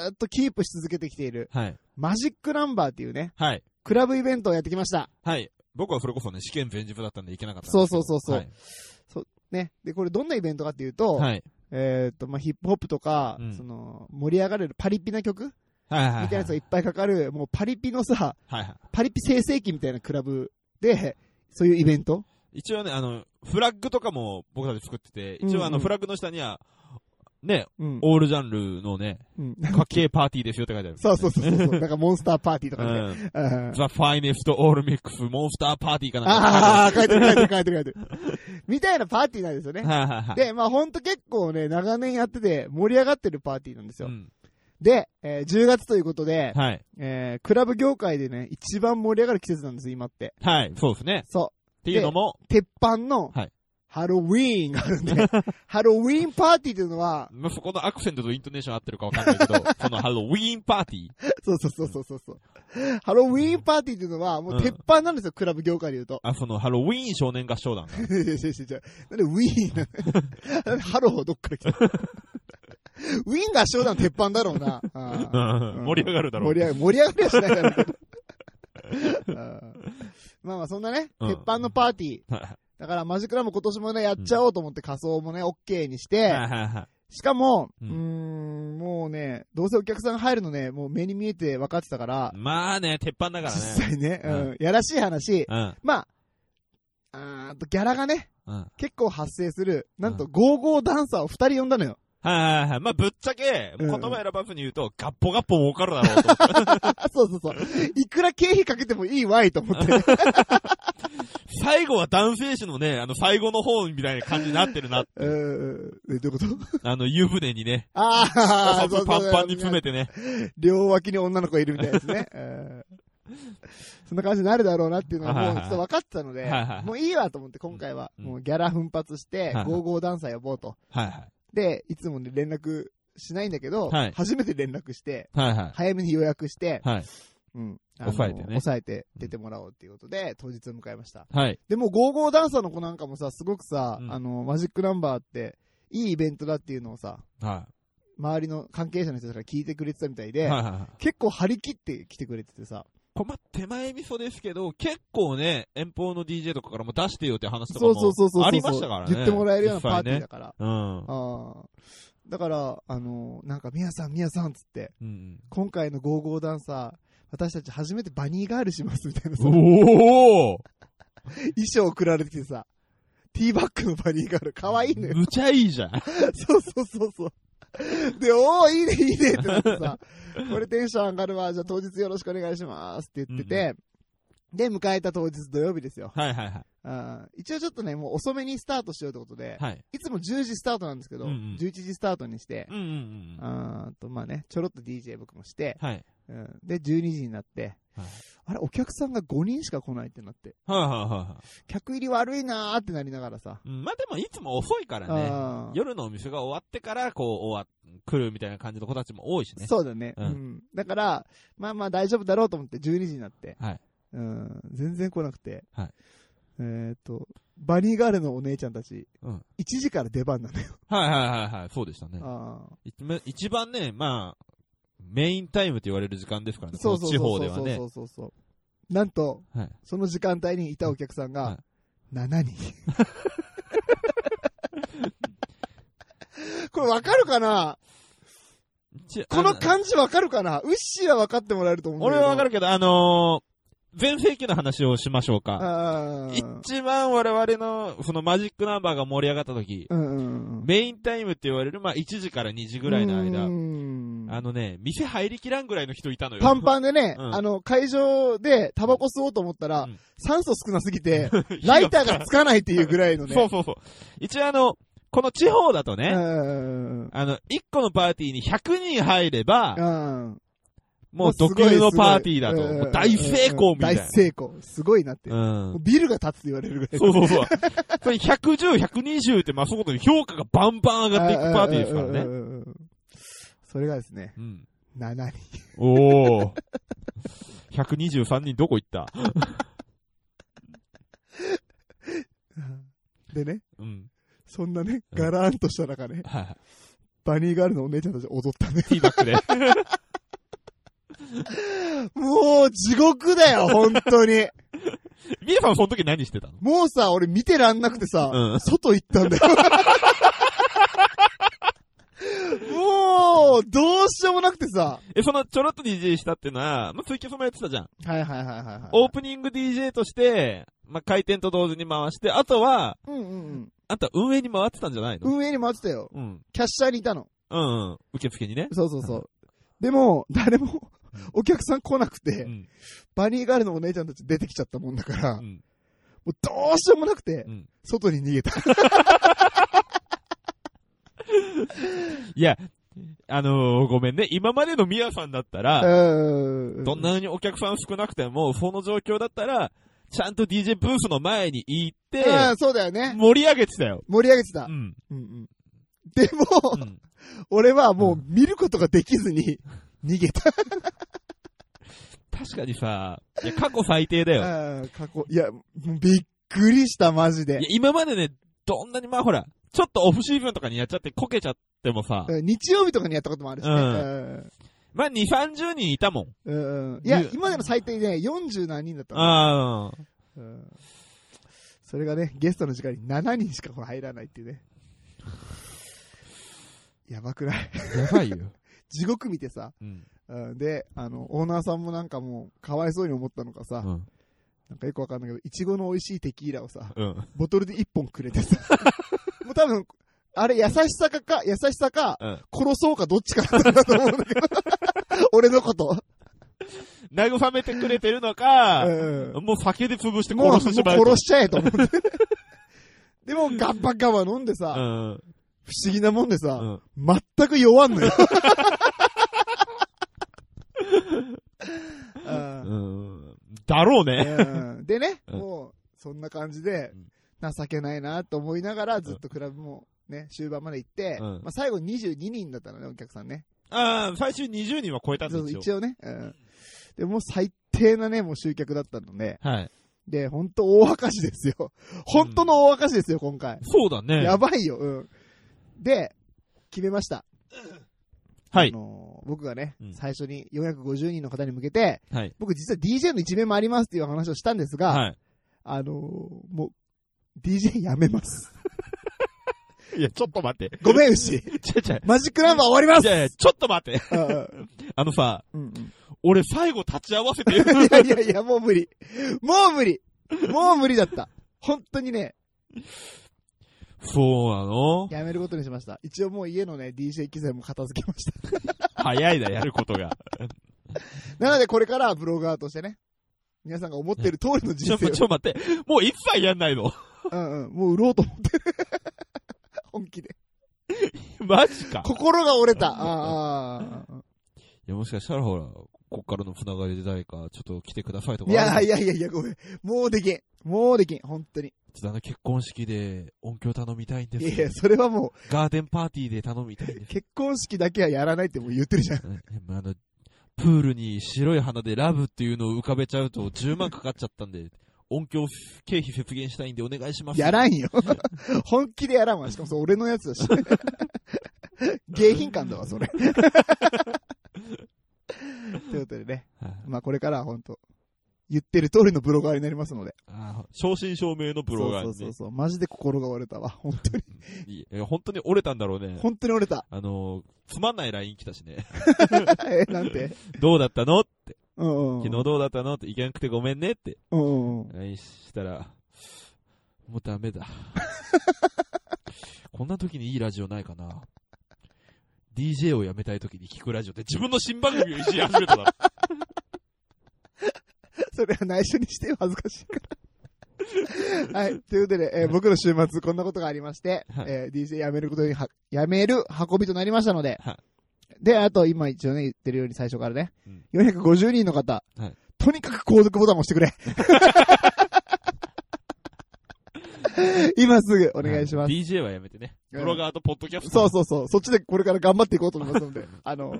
Speaker 2: ーっとキープし続けてきている、
Speaker 1: はい。
Speaker 2: マジックナンバーっていうね、
Speaker 1: はい。
Speaker 2: クラブイベントをやってきました。
Speaker 1: はい。僕はそれこそね、試験前日だったんで行けなかったんですけど
Speaker 2: そうそうそうそう
Speaker 1: はい
Speaker 2: ね。で、これどんなイベントかっていうと、
Speaker 1: はい。
Speaker 2: えっ、と、まあ、ヒップホップとか、
Speaker 1: うん
Speaker 2: その、盛り上がれるパリピな曲み
Speaker 1: はいはいはい。
Speaker 2: たいなやつがいっぱいかかる、もうパリピのさ、
Speaker 1: はいはい。
Speaker 2: パリピ生成期みたいなクラブで、そういうイベント
Speaker 1: 一応ね、あの、フラッグとかも僕たち作ってて、一応あ
Speaker 2: うんう
Speaker 1: の、
Speaker 2: ん
Speaker 1: フラッグの下には、ね、
Speaker 2: うん。
Speaker 1: オールジャンルのね、
Speaker 2: うん
Speaker 1: 家計パーティーですよって書いてある。
Speaker 2: そうそうそうそう。なんかモンスターパーティーとかね。
Speaker 1: うん。
Speaker 2: うん
Speaker 1: ザ・ファイネスト・オールミックス・モンスター・パーティーかなんか。あ
Speaker 2: ああ、書いてる書いてる書いてる書いてる。みたいなパーティーなんですよね。
Speaker 1: はいはいはい。
Speaker 2: で、まあほんと結構ね、長年やってて盛り上がってるパーティーなんです
Speaker 1: う
Speaker 2: よ。
Speaker 1: ん、
Speaker 2: で、えー10月ということで、
Speaker 1: はい。
Speaker 2: えークラブ業界でね、一番盛り上がる季節なんですよ、今って。
Speaker 1: はい、そうですね。
Speaker 2: そ
Speaker 1: っていうのも、
Speaker 2: う。鉄板の
Speaker 1: はい、
Speaker 2: ハロウィーンがあるん で、ハロウィーンパーティーっていうのは、
Speaker 1: まあ、そこのアクセントとイントネーション合ってるかわかんないけど、 そのハロウィーンパーティー。
Speaker 2: そうそうそうそうそうそう。ハロウィーンパーティーっていうのは、もう鉄板なんですよ、クラブ業界で言うと。
Speaker 1: あ、そのハロウィーン少年合唱団が。
Speaker 2: いやいやいやいやなんでウィーンなの なんでハローどっから来たのウィーンが商談鉄板だろう な。ああ
Speaker 1: うん盛り上がるだろう
Speaker 2: 盛り。上がる、盛り上がりはしないだろうけどあ あまあまあそんなね、
Speaker 1: うん
Speaker 2: 鉄板のパーティー。
Speaker 1: はい
Speaker 2: だからマジクラも今年もね、やっちゃおうと思って仮装もね、OK にし
Speaker 1: はい
Speaker 2: て、
Speaker 1: はいはい。
Speaker 2: しかも、う
Speaker 1: う
Speaker 2: ー
Speaker 1: ん
Speaker 2: ん、もうね、どうせお客さん入るのね、もう目に見えて分かってたから、
Speaker 1: まあね、鉄板だから
Speaker 2: 実
Speaker 1: ね。
Speaker 2: 際ね、う
Speaker 1: うん
Speaker 2: ん、やらしい話、
Speaker 1: うん。
Speaker 2: まあ、あーっとギャラがね、
Speaker 1: うん。はい
Speaker 2: 結構発生する、なんと、ゴーゴーダンサーを二人呼んだのよ。
Speaker 1: はいはい。まあぶっちゃけ、
Speaker 2: うん
Speaker 1: 言葉選ばずに言うと、ガッポガッポ儲かるだろうと 思って。
Speaker 2: あ、そうそ うそう。いくら経費かけてもいいわいと思って。
Speaker 1: 最後は男性誌のね、あの、最後の方みたいな感じになってるなって。
Speaker 2: うーん。えどういう こと
Speaker 1: あの、湯船にね、
Speaker 2: ああ、
Speaker 1: お
Speaker 2: そ
Speaker 1: 札
Speaker 2: うそ
Speaker 1: パ
Speaker 2: うそう
Speaker 1: ンパンに詰めてね。
Speaker 2: 両脇に女の子がいるみたいで すね。うんそんな感じになるだろうなっていうのはもうちょっと分かってたので
Speaker 1: はいはいは、い
Speaker 2: もういいわと思って今回は、
Speaker 1: うん
Speaker 2: もうギャラ奮発して
Speaker 1: いは、い
Speaker 2: ゴーゴーダンサー呼ぼうと。
Speaker 1: はいはい。
Speaker 2: で、いつもね、連絡しないんだけど
Speaker 1: はい、
Speaker 2: 初めて連絡して、
Speaker 1: はいは
Speaker 2: 早めに予約して
Speaker 1: い。、はい。
Speaker 2: うん。
Speaker 1: 抑えてね
Speaker 2: 抑えて出てもらおうっていうことで、当日を迎えました。
Speaker 1: はい。
Speaker 2: でも、ゴーゴーダンサーの子なんかもさ、すごくさ、
Speaker 1: うん
Speaker 2: あの、マジックナンバーって、いいイベントだっていうのをさ、
Speaker 1: は
Speaker 2: 周りの関係者の人たちが聞いてくれてたみたい
Speaker 1: い。
Speaker 2: で、
Speaker 1: はいはい。
Speaker 2: 結構張り切って来てくれててさ、
Speaker 1: これまあ、手前味噌ですけど、結構ね、遠方の DJ とかからも出してよって話とか
Speaker 2: そう
Speaker 1: も
Speaker 2: そうそうそうそう、
Speaker 1: ありましたからね。
Speaker 2: 言ってもらえるようなパーティ
Speaker 1: 実際
Speaker 2: ー
Speaker 1: ね
Speaker 2: だから。
Speaker 1: うん。
Speaker 2: あーだから、あの、なんか、みやさん、みやさんっつって、
Speaker 1: うん
Speaker 2: 今回のゴーゴーダンサー、私たち初めてバニーガールしますみたいなさ、
Speaker 1: う
Speaker 2: 衣
Speaker 1: ん。おお
Speaker 2: 装送られてきてさ、ティーバックのバニーガール、可愛いのよ。
Speaker 1: むちゃいいじゃん。
Speaker 2: そうそうそうそう。で、おー、いいね、いいねってなって さ、これテンション上がるわ、じゃあ当日よろしくお願いしますって言ってて、で、迎えた当日土曜日ですよ。
Speaker 1: はいはいは
Speaker 2: あー一応ちょっとね、もう遅めにスタートしようってことで
Speaker 1: い。、はい。
Speaker 2: いつも10時スタートなんですけど、
Speaker 1: うんうん
Speaker 2: 11時スタートにして
Speaker 1: う、んうんうん。
Speaker 2: あーっと、まあね、ちょろっと DJ 僕もして、
Speaker 1: はい。
Speaker 2: うんで、12時になって、
Speaker 1: はい
Speaker 2: あれ、お客さんが5人しか来ないってなって、
Speaker 1: はいはいはいは
Speaker 2: 客入り悪いなーってなりながらさ、
Speaker 1: い。うんまあでもいつも遅いからね。
Speaker 2: あー
Speaker 1: 夜のお店が終わってから、こう、終わ、来るみたいな感じの子たちも多いしね。
Speaker 2: そうだね、う
Speaker 1: うんん
Speaker 2: だから、まあまあ大丈夫だろうと思って12時になって、
Speaker 1: はい
Speaker 2: うん、全然来なくて、
Speaker 1: はい
Speaker 2: えーっと、バニーガールのお姉ちゃんたち、
Speaker 1: うん
Speaker 2: 1時から出番なのよ。
Speaker 1: はいはいはいはい。そうでしたね。
Speaker 2: あー
Speaker 1: 一番一番ね、まあ、メインタイムと言われる時間ですからね。
Speaker 2: そう
Speaker 1: この
Speaker 2: そう
Speaker 1: 地
Speaker 2: そ
Speaker 1: 方
Speaker 2: う
Speaker 1: で
Speaker 2: そ
Speaker 1: は
Speaker 2: うそう
Speaker 1: ね
Speaker 2: そ。うそうなんと、
Speaker 1: はい。
Speaker 2: その時間帯にいたお客さん
Speaker 1: は
Speaker 2: が、7人。 これわかるかな
Speaker 1: ち
Speaker 2: この
Speaker 1: あ
Speaker 2: 感じわかるかなウッシーはわかってもらえると思うんだ
Speaker 1: 俺
Speaker 2: けど。
Speaker 1: はわかるけど、あの前世紀の話をしましょうか。
Speaker 2: あー
Speaker 1: 一番我々の、そのマジックナンバーが盛り上がった時、
Speaker 2: うんうんうん。
Speaker 1: メインタイムって言われる、まあ、1時から2時ぐらいの間、
Speaker 2: 間
Speaker 1: あのね、店入りきらんぐらいの人いたのよ。
Speaker 2: パンパンでね、
Speaker 1: うん
Speaker 2: あの、会場でタバコ吸おうと思ったら、
Speaker 1: うん
Speaker 2: 酸素少なすぎ て、ライターがつかないっていうぐらいのね。
Speaker 1: そうそうそう。一応あの、この地方だと
Speaker 2: う
Speaker 1: ね、
Speaker 2: んうん
Speaker 1: あの、1個のパーティーに100人入れば、
Speaker 2: うん。
Speaker 1: もうド級のパーティーだと、もう大成功みたいな
Speaker 2: 大。成功。すごいなって。
Speaker 1: うん
Speaker 2: もう。ビルが立つって言われるぐらい。
Speaker 1: そうそうそう。 それ110、120って増すごとに評価がバンバン上がっていくパーティーですから
Speaker 2: うん
Speaker 1: ね。
Speaker 2: うんうんうん。それがですね、
Speaker 1: うん。
Speaker 2: 7人。
Speaker 1: お ー。123人どこ行った
Speaker 2: でね、
Speaker 1: うん。
Speaker 2: そんなね、
Speaker 1: うん
Speaker 2: ガラーンとした中ね、
Speaker 1: は
Speaker 2: バニーガールのお姉ちゃんたち踊ったんで
Speaker 1: い。ティーバックで。
Speaker 2: もう地獄だよ、本当に。
Speaker 1: ミエさんその時何してたの
Speaker 2: もうさ、俺見てらんなくてさ、
Speaker 1: うん
Speaker 2: 外行ったんだよ。もう、どうしようもなくてさ。
Speaker 1: え、そのちょろっと DJ したっていうのは、まあ、ツイキャスもやってたじゃん。
Speaker 2: はいはいはいはい。
Speaker 1: オープニング DJ として、まあ、回転と同時に回して、あとは、
Speaker 2: うんうん
Speaker 1: あんた運営に回ってたんじゃない
Speaker 2: うん。
Speaker 1: の
Speaker 2: 運営に回ってたよ。
Speaker 1: うん。
Speaker 2: キャッシャーにいたの。
Speaker 1: うんうん。受付にね。
Speaker 2: そうそうそう。でも、誰も、お客さん来なくて、
Speaker 1: うん。
Speaker 2: バニーガールのお姉ちゃんたち出てきちゃったもんだから、
Speaker 1: う
Speaker 2: も
Speaker 1: ん。
Speaker 2: うどうしようもなくて
Speaker 1: う、ん。
Speaker 2: 外に逃げた。
Speaker 1: いや、あのーごめんね。今までのミヤさんだったら、
Speaker 2: う
Speaker 1: どんなにお客さん少なくても、その状況だったら、ちゃんと DJ ブースの前に行って、
Speaker 2: うん、そうだよね。
Speaker 1: 盛り上げてたよ。
Speaker 2: 盛り上げてた。
Speaker 1: うん。
Speaker 2: うんうん。でも、
Speaker 1: うん
Speaker 2: 俺はもう見ることができずに、逃げた。
Speaker 1: 確かにさ、いや、過去最低だよ。
Speaker 2: うん過去、いや、びっくりした、マジで
Speaker 1: いや。今までね、どんなに、まあほら、ちょっとオフシーズンとかにやっちゃってこけちゃってもさ、
Speaker 2: うん日曜日とかにやったこともあるしね。
Speaker 1: う
Speaker 2: うん
Speaker 1: まあ2、30人いたもん。
Speaker 2: うんうんいや
Speaker 1: いや、
Speaker 2: 今でも最低ね、40何人だったの
Speaker 1: ああ。
Speaker 2: うんそれがね、ゲストの時間に7人しかこれ入らないっていうね。やばくない。
Speaker 1: やばいよ。
Speaker 2: 地獄見てさ、
Speaker 1: うん。
Speaker 2: うんで、あの、オーナーさんもなんかもう、かわいそうに思ったのかさ、
Speaker 1: うん。
Speaker 2: なんかよくわかんないけど、いちごの美味しいテキーラをさ、
Speaker 1: うん。
Speaker 2: ボトルで1本くれてさ、 もう多分、あれ、優しさかか、優しさか、
Speaker 1: うん
Speaker 2: 殺そうかどっちかだったんだと思うんだけど、 俺のこと。
Speaker 1: 慰めてくれてるのか、
Speaker 2: うん
Speaker 1: もう酒で潰して
Speaker 2: もう、もう
Speaker 1: 殺してしまう。
Speaker 2: 殺しちゃえと思って。 でも、ガンバガバ飲んでさ、
Speaker 1: うん。うん。
Speaker 2: 不思議なもんでさ、
Speaker 1: うん
Speaker 2: 全く弱んの よ。あー
Speaker 1: うん。だろうね。
Speaker 2: うんでね、
Speaker 1: うん
Speaker 2: もう、そんな感じで
Speaker 1: うん、
Speaker 2: 情けないなと思いながら、ずっとクラブもね、終盤まで行って、
Speaker 1: うん
Speaker 2: まあ、最後22人だったのね、お客さんね。
Speaker 1: ああ、最終20人は超えたんで
Speaker 2: そう
Speaker 1: すよ。
Speaker 2: 一応ね。うん、でもう最低なね、もう集客だったので、
Speaker 1: はい。
Speaker 2: で、本当大赤字ですよ。本当の大赤字ですよ、今回。
Speaker 1: そうだね。
Speaker 2: やばいよ、うん。で、決めました。
Speaker 1: は
Speaker 2: あ
Speaker 1: い。
Speaker 2: のー僕がね、
Speaker 1: うん
Speaker 2: 最初に450人の方に向けて、
Speaker 1: はい。
Speaker 2: 僕実は DJ の一面もありますっていう話をしたんですが、
Speaker 1: は
Speaker 2: あのーもう、DJ やめます。
Speaker 1: い。いや、ちょっと待って。
Speaker 2: ごめん、牛。
Speaker 1: ちゃちゃ。
Speaker 2: マジックナンバー終わります
Speaker 1: いやいや、ちょっと待って。
Speaker 2: ああ
Speaker 1: あのさ、
Speaker 2: うん
Speaker 1: 俺最後立ち会わせて。
Speaker 2: うんいやいやいや、もう無理。もう無理。もう無理だった。本当にね、
Speaker 1: そうなの
Speaker 2: やめることにしました。一応もう家のね、DJ 機材も片付けました。
Speaker 1: 早いな、やること が。
Speaker 2: なのでこれからはブロガーとしてね、皆さんが思ってる通りの
Speaker 1: ち
Speaker 2: 人
Speaker 1: ょ、ち
Speaker 2: 生
Speaker 1: ょ、
Speaker 2: を
Speaker 1: ちょ待って。もう一切やんないの。
Speaker 2: うんうん、もう売ろうと思ってる。 本気で。
Speaker 1: マジか。
Speaker 2: 心が折れた。ああ。
Speaker 1: いや、もしかしたらほら、こっからの船がりで誰か、ちょっと来てくださいとか。
Speaker 2: いやいやいやいや、ごめん。もうできん。もうできん。本当に。
Speaker 1: ちょっとあの結婚式で音響頼みたいんです。
Speaker 2: いやいや、それはも
Speaker 1: ガーデンパーティーで頼みたいんで
Speaker 2: う、
Speaker 1: す。
Speaker 2: 結婚式だけはやらないってもう言ってるじゃん。
Speaker 1: うんでもあの、プールに白い花でラブっていうのを浮かべちゃうと10万かかっちゃったんで、音響経費節減したいんでお願いします。
Speaker 2: やらんよ。 本気でやらんわ。しかもそれ俺のやつだし。 迎賓館だわ、そ れ。ということでね。
Speaker 1: はい
Speaker 2: まあこれからは本当言ってる通りのブロガーになりますので。
Speaker 1: あー正真正銘のブロガー
Speaker 2: そ
Speaker 1: に
Speaker 2: う
Speaker 1: ね
Speaker 2: そうそうそう。マジで心が折れたわ。本当に。
Speaker 1: いや本当に折れたんだろうね。
Speaker 2: 本当に折れた。
Speaker 1: あのー、つまんない LINE 来たしね。
Speaker 2: え、なんて。
Speaker 1: どうだったの
Speaker 2: ううんうん。
Speaker 1: 昨日どうだったのって、行けなくてごめんねって
Speaker 2: うんうんうん。
Speaker 1: LINE したら、もうダメ だ。こんな時にいいラジオないかな。DJ をやめたい時に聞くラジオって自分の新番組をいじり始めただ
Speaker 2: それは内緒にしてよ恥ずかし いから。はい。ということで、えー僕の週末、こんなことがありまして、
Speaker 1: はい
Speaker 2: えー DJ 辞めることには、辞める運びとなりましたので、
Speaker 1: は
Speaker 2: で、あと、今一応ね、言ってるように最初からね、
Speaker 1: うん
Speaker 2: 450人の方、
Speaker 1: はい
Speaker 2: とにかく購読ボタンを押し てくれ。今すぐお願いします。
Speaker 1: DJ はやめてね。
Speaker 2: うん
Speaker 1: ブロガーとポッドキャスト。
Speaker 2: そうそうそう。そっちでこれから頑張っていこうと思いますので、 あの、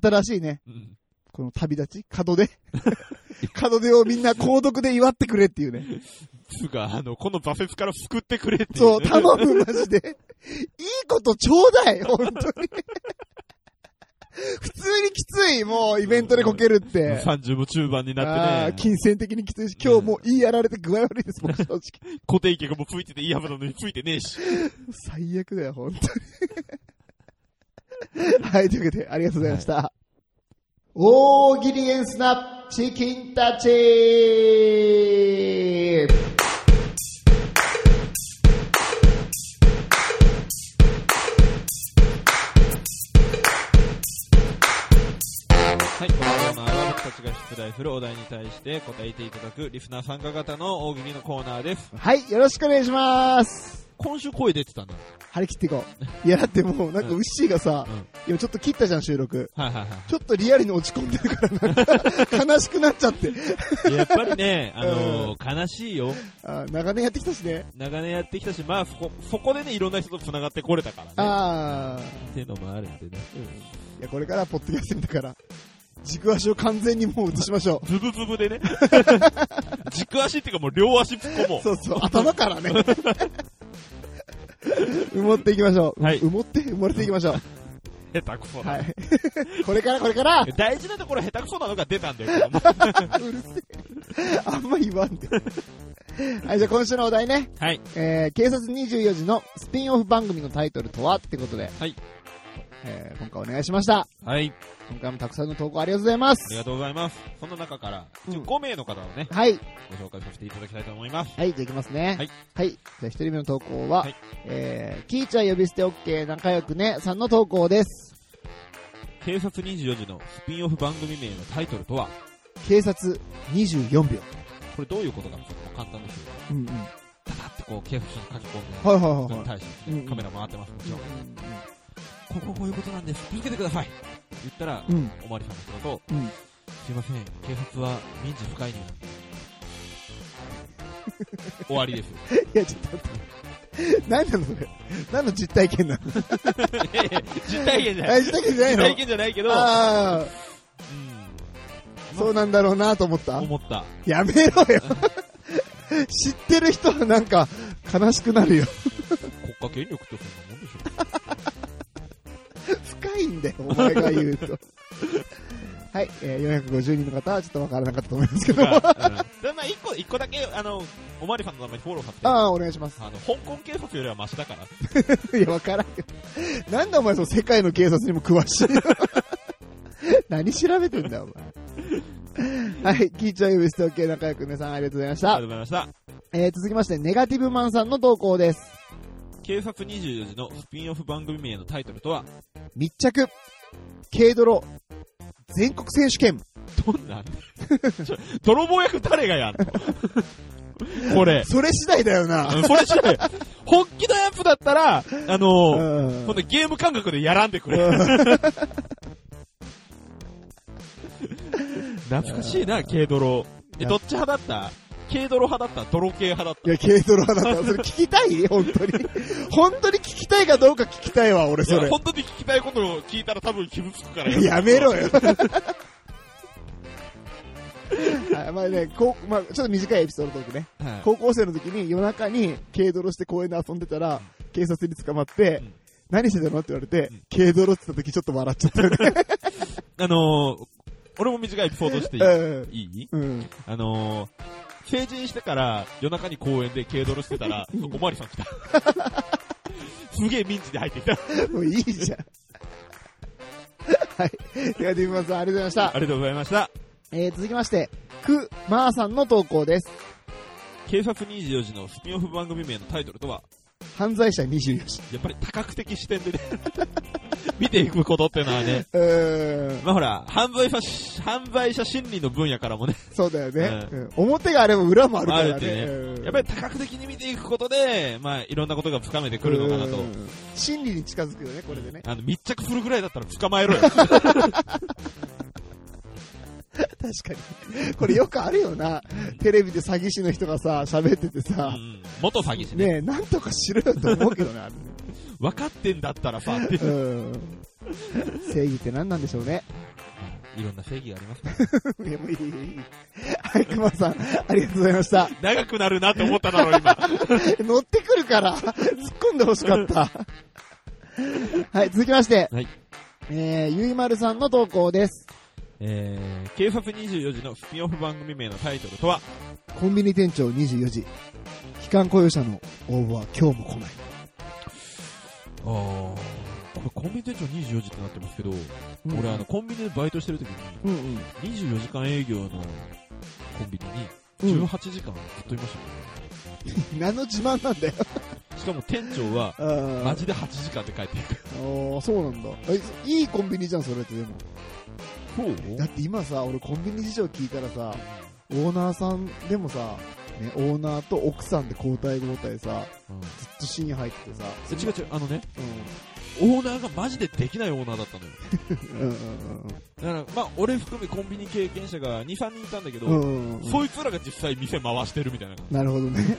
Speaker 2: 新しいね、
Speaker 1: うん。
Speaker 2: この旅立ち門 出門出をみんな購読で祝ってくれっていうね。
Speaker 1: つうか、あの、このバフェスから救ってくれっていう、ね。
Speaker 2: そう、頼む、マジで。いいことちょうだい、本当に。普通にきつい、もう、イベントでこけるって。
Speaker 1: 30も中盤に
Speaker 2: あ
Speaker 1: なっ
Speaker 2: あ
Speaker 1: てね。
Speaker 2: 金銭的にきついし、今日もう言いやられて具合悪いです、僕正直。
Speaker 1: 固定客も吹いてていいはずなのに吹いてねえし。
Speaker 2: 最悪だよ、本当に。はい、というわけで、ありがとうございました。大喜利エンスナチキンたち
Speaker 1: はい、このコーナーは僕たちが出題するお題に対して答えていただくリスナー参加型の大喜利のコーナーです。
Speaker 2: はい、よろしくお願いします。
Speaker 1: 今週声出てたな。
Speaker 2: 張り切っていこう。いや、だってもう、なんか、ウッシーがさ、
Speaker 1: うん
Speaker 2: 今ちょっと切ったじゃん、収録。
Speaker 1: はいはいはい。
Speaker 2: ちょっとリアルに落ち込んでるから、な んか、悲しくなっちゃって。
Speaker 1: やっぱり ね、あのー悲しいよ。
Speaker 2: あー長年やってきたしね。
Speaker 1: 長年やってきたし、まあ、そこ、そこでね、いろんな人と繋がってこれたからね。
Speaker 2: あ
Speaker 1: っていうのもあるんでね。
Speaker 2: ー。いや、これからはポッドキャストだから、軸足を完全にもう移しましょ
Speaker 1: ズブズブでね。軸足っていうかもう両足突っ込も
Speaker 2: う。
Speaker 1: う。
Speaker 2: そうそう、頭から ね。埋もっていきましょう。
Speaker 1: はい
Speaker 2: 埋もって、埋もれていきましょう。
Speaker 1: 下手くそだ。
Speaker 2: はい。 これから、こ れから、
Speaker 1: 大事なところ下手くそなのが出たんだよ、これも
Speaker 2: うるせえ。あんま言わんで。はい、じゃあ今週のお題ね。
Speaker 1: はい。
Speaker 2: えー、警察24時のスピンオフ番組のタイトルとはってことで、
Speaker 1: はい。
Speaker 2: えー、今回お願いしました。
Speaker 1: はい。
Speaker 2: 今回もたくさんの投稿ありがとうございま
Speaker 1: あり
Speaker 2: す。
Speaker 1: がとうございます。その中から、一応
Speaker 2: うん
Speaker 1: 5名の方をね、
Speaker 2: はい。
Speaker 1: ご紹介させていただきたいと思います。
Speaker 2: はい、じゃあいきますね。
Speaker 1: はい。
Speaker 2: はい。じゃあ一人目の投稿は、
Speaker 1: はい
Speaker 2: えー、キーちゃん呼び捨て OK 仲良くねさんの投稿です。
Speaker 1: 警察24時のスピンオフ番組名のタイトルとは、
Speaker 2: 警察24秒。
Speaker 1: これどういうことかっていうのも簡単ですよ。
Speaker 2: うんうん。
Speaker 1: ダダってこう、警察署に書き込んで、
Speaker 2: はいはい
Speaker 1: そ
Speaker 2: は
Speaker 1: れ
Speaker 2: いは
Speaker 1: に
Speaker 2: い。
Speaker 1: 対してね、カメラ回ってます、もちろん。
Speaker 2: う
Speaker 1: こここういうことなんです。助けてください。言ったら、
Speaker 2: んうん。
Speaker 1: おまわりさんの人と、
Speaker 2: うん。
Speaker 1: すいません、警察は民事不介入なんで。終わり です。
Speaker 2: いや、ちょっと待って。何なのそれ何の実体験なの
Speaker 1: 実体験じゃな
Speaker 2: あ
Speaker 1: い。
Speaker 2: 実体験じ
Speaker 1: 実
Speaker 2: ゃないの
Speaker 1: 体験じゃないけど、う
Speaker 2: ああ、そうなんだろうなと思った
Speaker 1: ん、。思った。
Speaker 2: やめろよ知ってる人はなんか悲しくなるよ。
Speaker 1: 国家権力ってそんなもんでしょ。
Speaker 2: 深いんだよ、お前が言うと。はい、えー450人の方はちょっとわからなかったと思いますけど。
Speaker 1: だ
Speaker 2: あ
Speaker 1: からまあ一個、一個だけ、あの、おまわりさんの名前にフォローさせて。あ
Speaker 2: あ、お願いします。
Speaker 1: の、香港警察よりはマシだから。
Speaker 2: いや、わからんよ。なんでお前その世界の警察にも詳しいの何調べてんだよ、お前。はい、キーちゃん呼びストーケー仲良く皆さんありがとうございまし
Speaker 1: あ
Speaker 2: た
Speaker 1: りがとう。ございました。
Speaker 2: えー、続きまして、ネガティブマンさんの投稿です。
Speaker 1: 警察24時のスピンオフ番組名のタイトルとは、
Speaker 2: 密着、軽泥、全国選手権。
Speaker 1: どん なんちょ泥棒役誰がやんのこれ。
Speaker 2: それ次第だよ
Speaker 1: あ
Speaker 2: な。
Speaker 1: のこれ次第。本気のやつだったら、あのー、
Speaker 2: うん
Speaker 1: このゲーム感覚でやらんでくれ。
Speaker 2: うん
Speaker 1: 懐かしいな、軽泥。え、どっち派だった軽泥派だった泥系派だっ
Speaker 2: いや、軽泥派だった。それ聞きたい本当に。本当に聞きたいかどうか聞きたいわ、俺、
Speaker 1: た
Speaker 2: そ
Speaker 1: いや、
Speaker 2: れ。
Speaker 1: 本当に聞きたいことを聞いたら多分傷つくからる
Speaker 2: やめろよ。 はいまあね、こう、まあ、ちょっと短いエピソードトークね。
Speaker 1: はい
Speaker 2: 高校生の時に夜中に軽泥して公園で遊んでたら、警察に捕まって、
Speaker 1: うん
Speaker 2: 何してたのって言われて
Speaker 1: うん、
Speaker 2: 軽泥って言った時ちょっと笑っちゃったよね。
Speaker 1: あのー、俺も短いエピソード していい、
Speaker 2: うん
Speaker 1: いい
Speaker 2: うん。
Speaker 1: あのー、成人してから夜中に公園で軽泥してたら、おまわりさん来た。すげえミンチで入ってきた。
Speaker 2: もういいじゃん。はい。では、ディブマンさん、ありがとうございました
Speaker 1: あ。りがとうございました。
Speaker 2: えー、続きまして、くまーさんの投稿です。
Speaker 1: 警察24時のスピンオフ番組名のタイトルとは、
Speaker 2: 犯罪者24時。
Speaker 1: やっぱり多角的視点でね、 見ていくことってのはね、
Speaker 2: うーん、
Speaker 1: まあほら、犯罪者し、犯罪者心理の分野からもね、
Speaker 2: そうだよね、
Speaker 1: う
Speaker 2: うん表があれば裏もあるからね。
Speaker 1: あるってね
Speaker 2: うん
Speaker 1: やっぱり多角的に見ていくことで、まあいろんなことが深めてくるのかなと
Speaker 2: う。ん真理に近づくよね、これでね。
Speaker 1: あの、密着するぐらいだったら捕まえろよ。
Speaker 2: 確かに。これよくあるよな。テレビで詐欺師の人がさ、喋ってて
Speaker 1: う
Speaker 2: さ、
Speaker 1: ん元詐欺師ね。
Speaker 2: ねえ、なんとかしろよと思うけどね、あれね。
Speaker 1: 分かってんだったらさ、っていう
Speaker 2: うん。正義って何なんでしょう ね。
Speaker 1: いろんな正義がありますから。
Speaker 2: いやもういいいいいいはい、熊さん、ありがとうございました。
Speaker 1: 長くなるなって思っただろ、今。
Speaker 2: 乗ってくるから、突っ込んでほし かった。はい、続きまして。
Speaker 1: はい
Speaker 2: えー、ゆいまるさんの投稿です。
Speaker 1: えー、警察24時のスピンオフ番組名のタイトルとは、
Speaker 2: コンビニ店長24時。期間雇用者の応募は今日も来ない。
Speaker 1: あこれコンビニ店長24時ってなってますけど、俺あの、コンビニでバイトしてる時
Speaker 2: うんうん。
Speaker 1: に、24時間営業のコンビニ
Speaker 2: う
Speaker 1: に、
Speaker 2: ん
Speaker 1: 18時間ずっといましたね、
Speaker 2: 何の自慢なんだよ。
Speaker 1: しかも店長は、
Speaker 2: あ
Speaker 1: マジで8時間で帰っていく。
Speaker 2: あ、そうなんだ。えいいコンビニじゃん、それってでも。
Speaker 1: そう
Speaker 2: だって今さ、俺コンビニ事情聞いたらさ、オーナーさんでもさ、ね、オーナーと奥さんで交代交代さ、
Speaker 1: うん
Speaker 2: ずっとシーン入っててさ、
Speaker 1: え違う違う、あのね、オーナーがマジでできないオーナーだったのよ。
Speaker 2: うん、うんうん
Speaker 1: だから、まあ、俺含めコンビニ経験者が2、3人いたんだけど、
Speaker 2: うんうんうん。
Speaker 1: そいつらが実際店回してるみたいな感
Speaker 2: なるほどね。
Speaker 1: じ。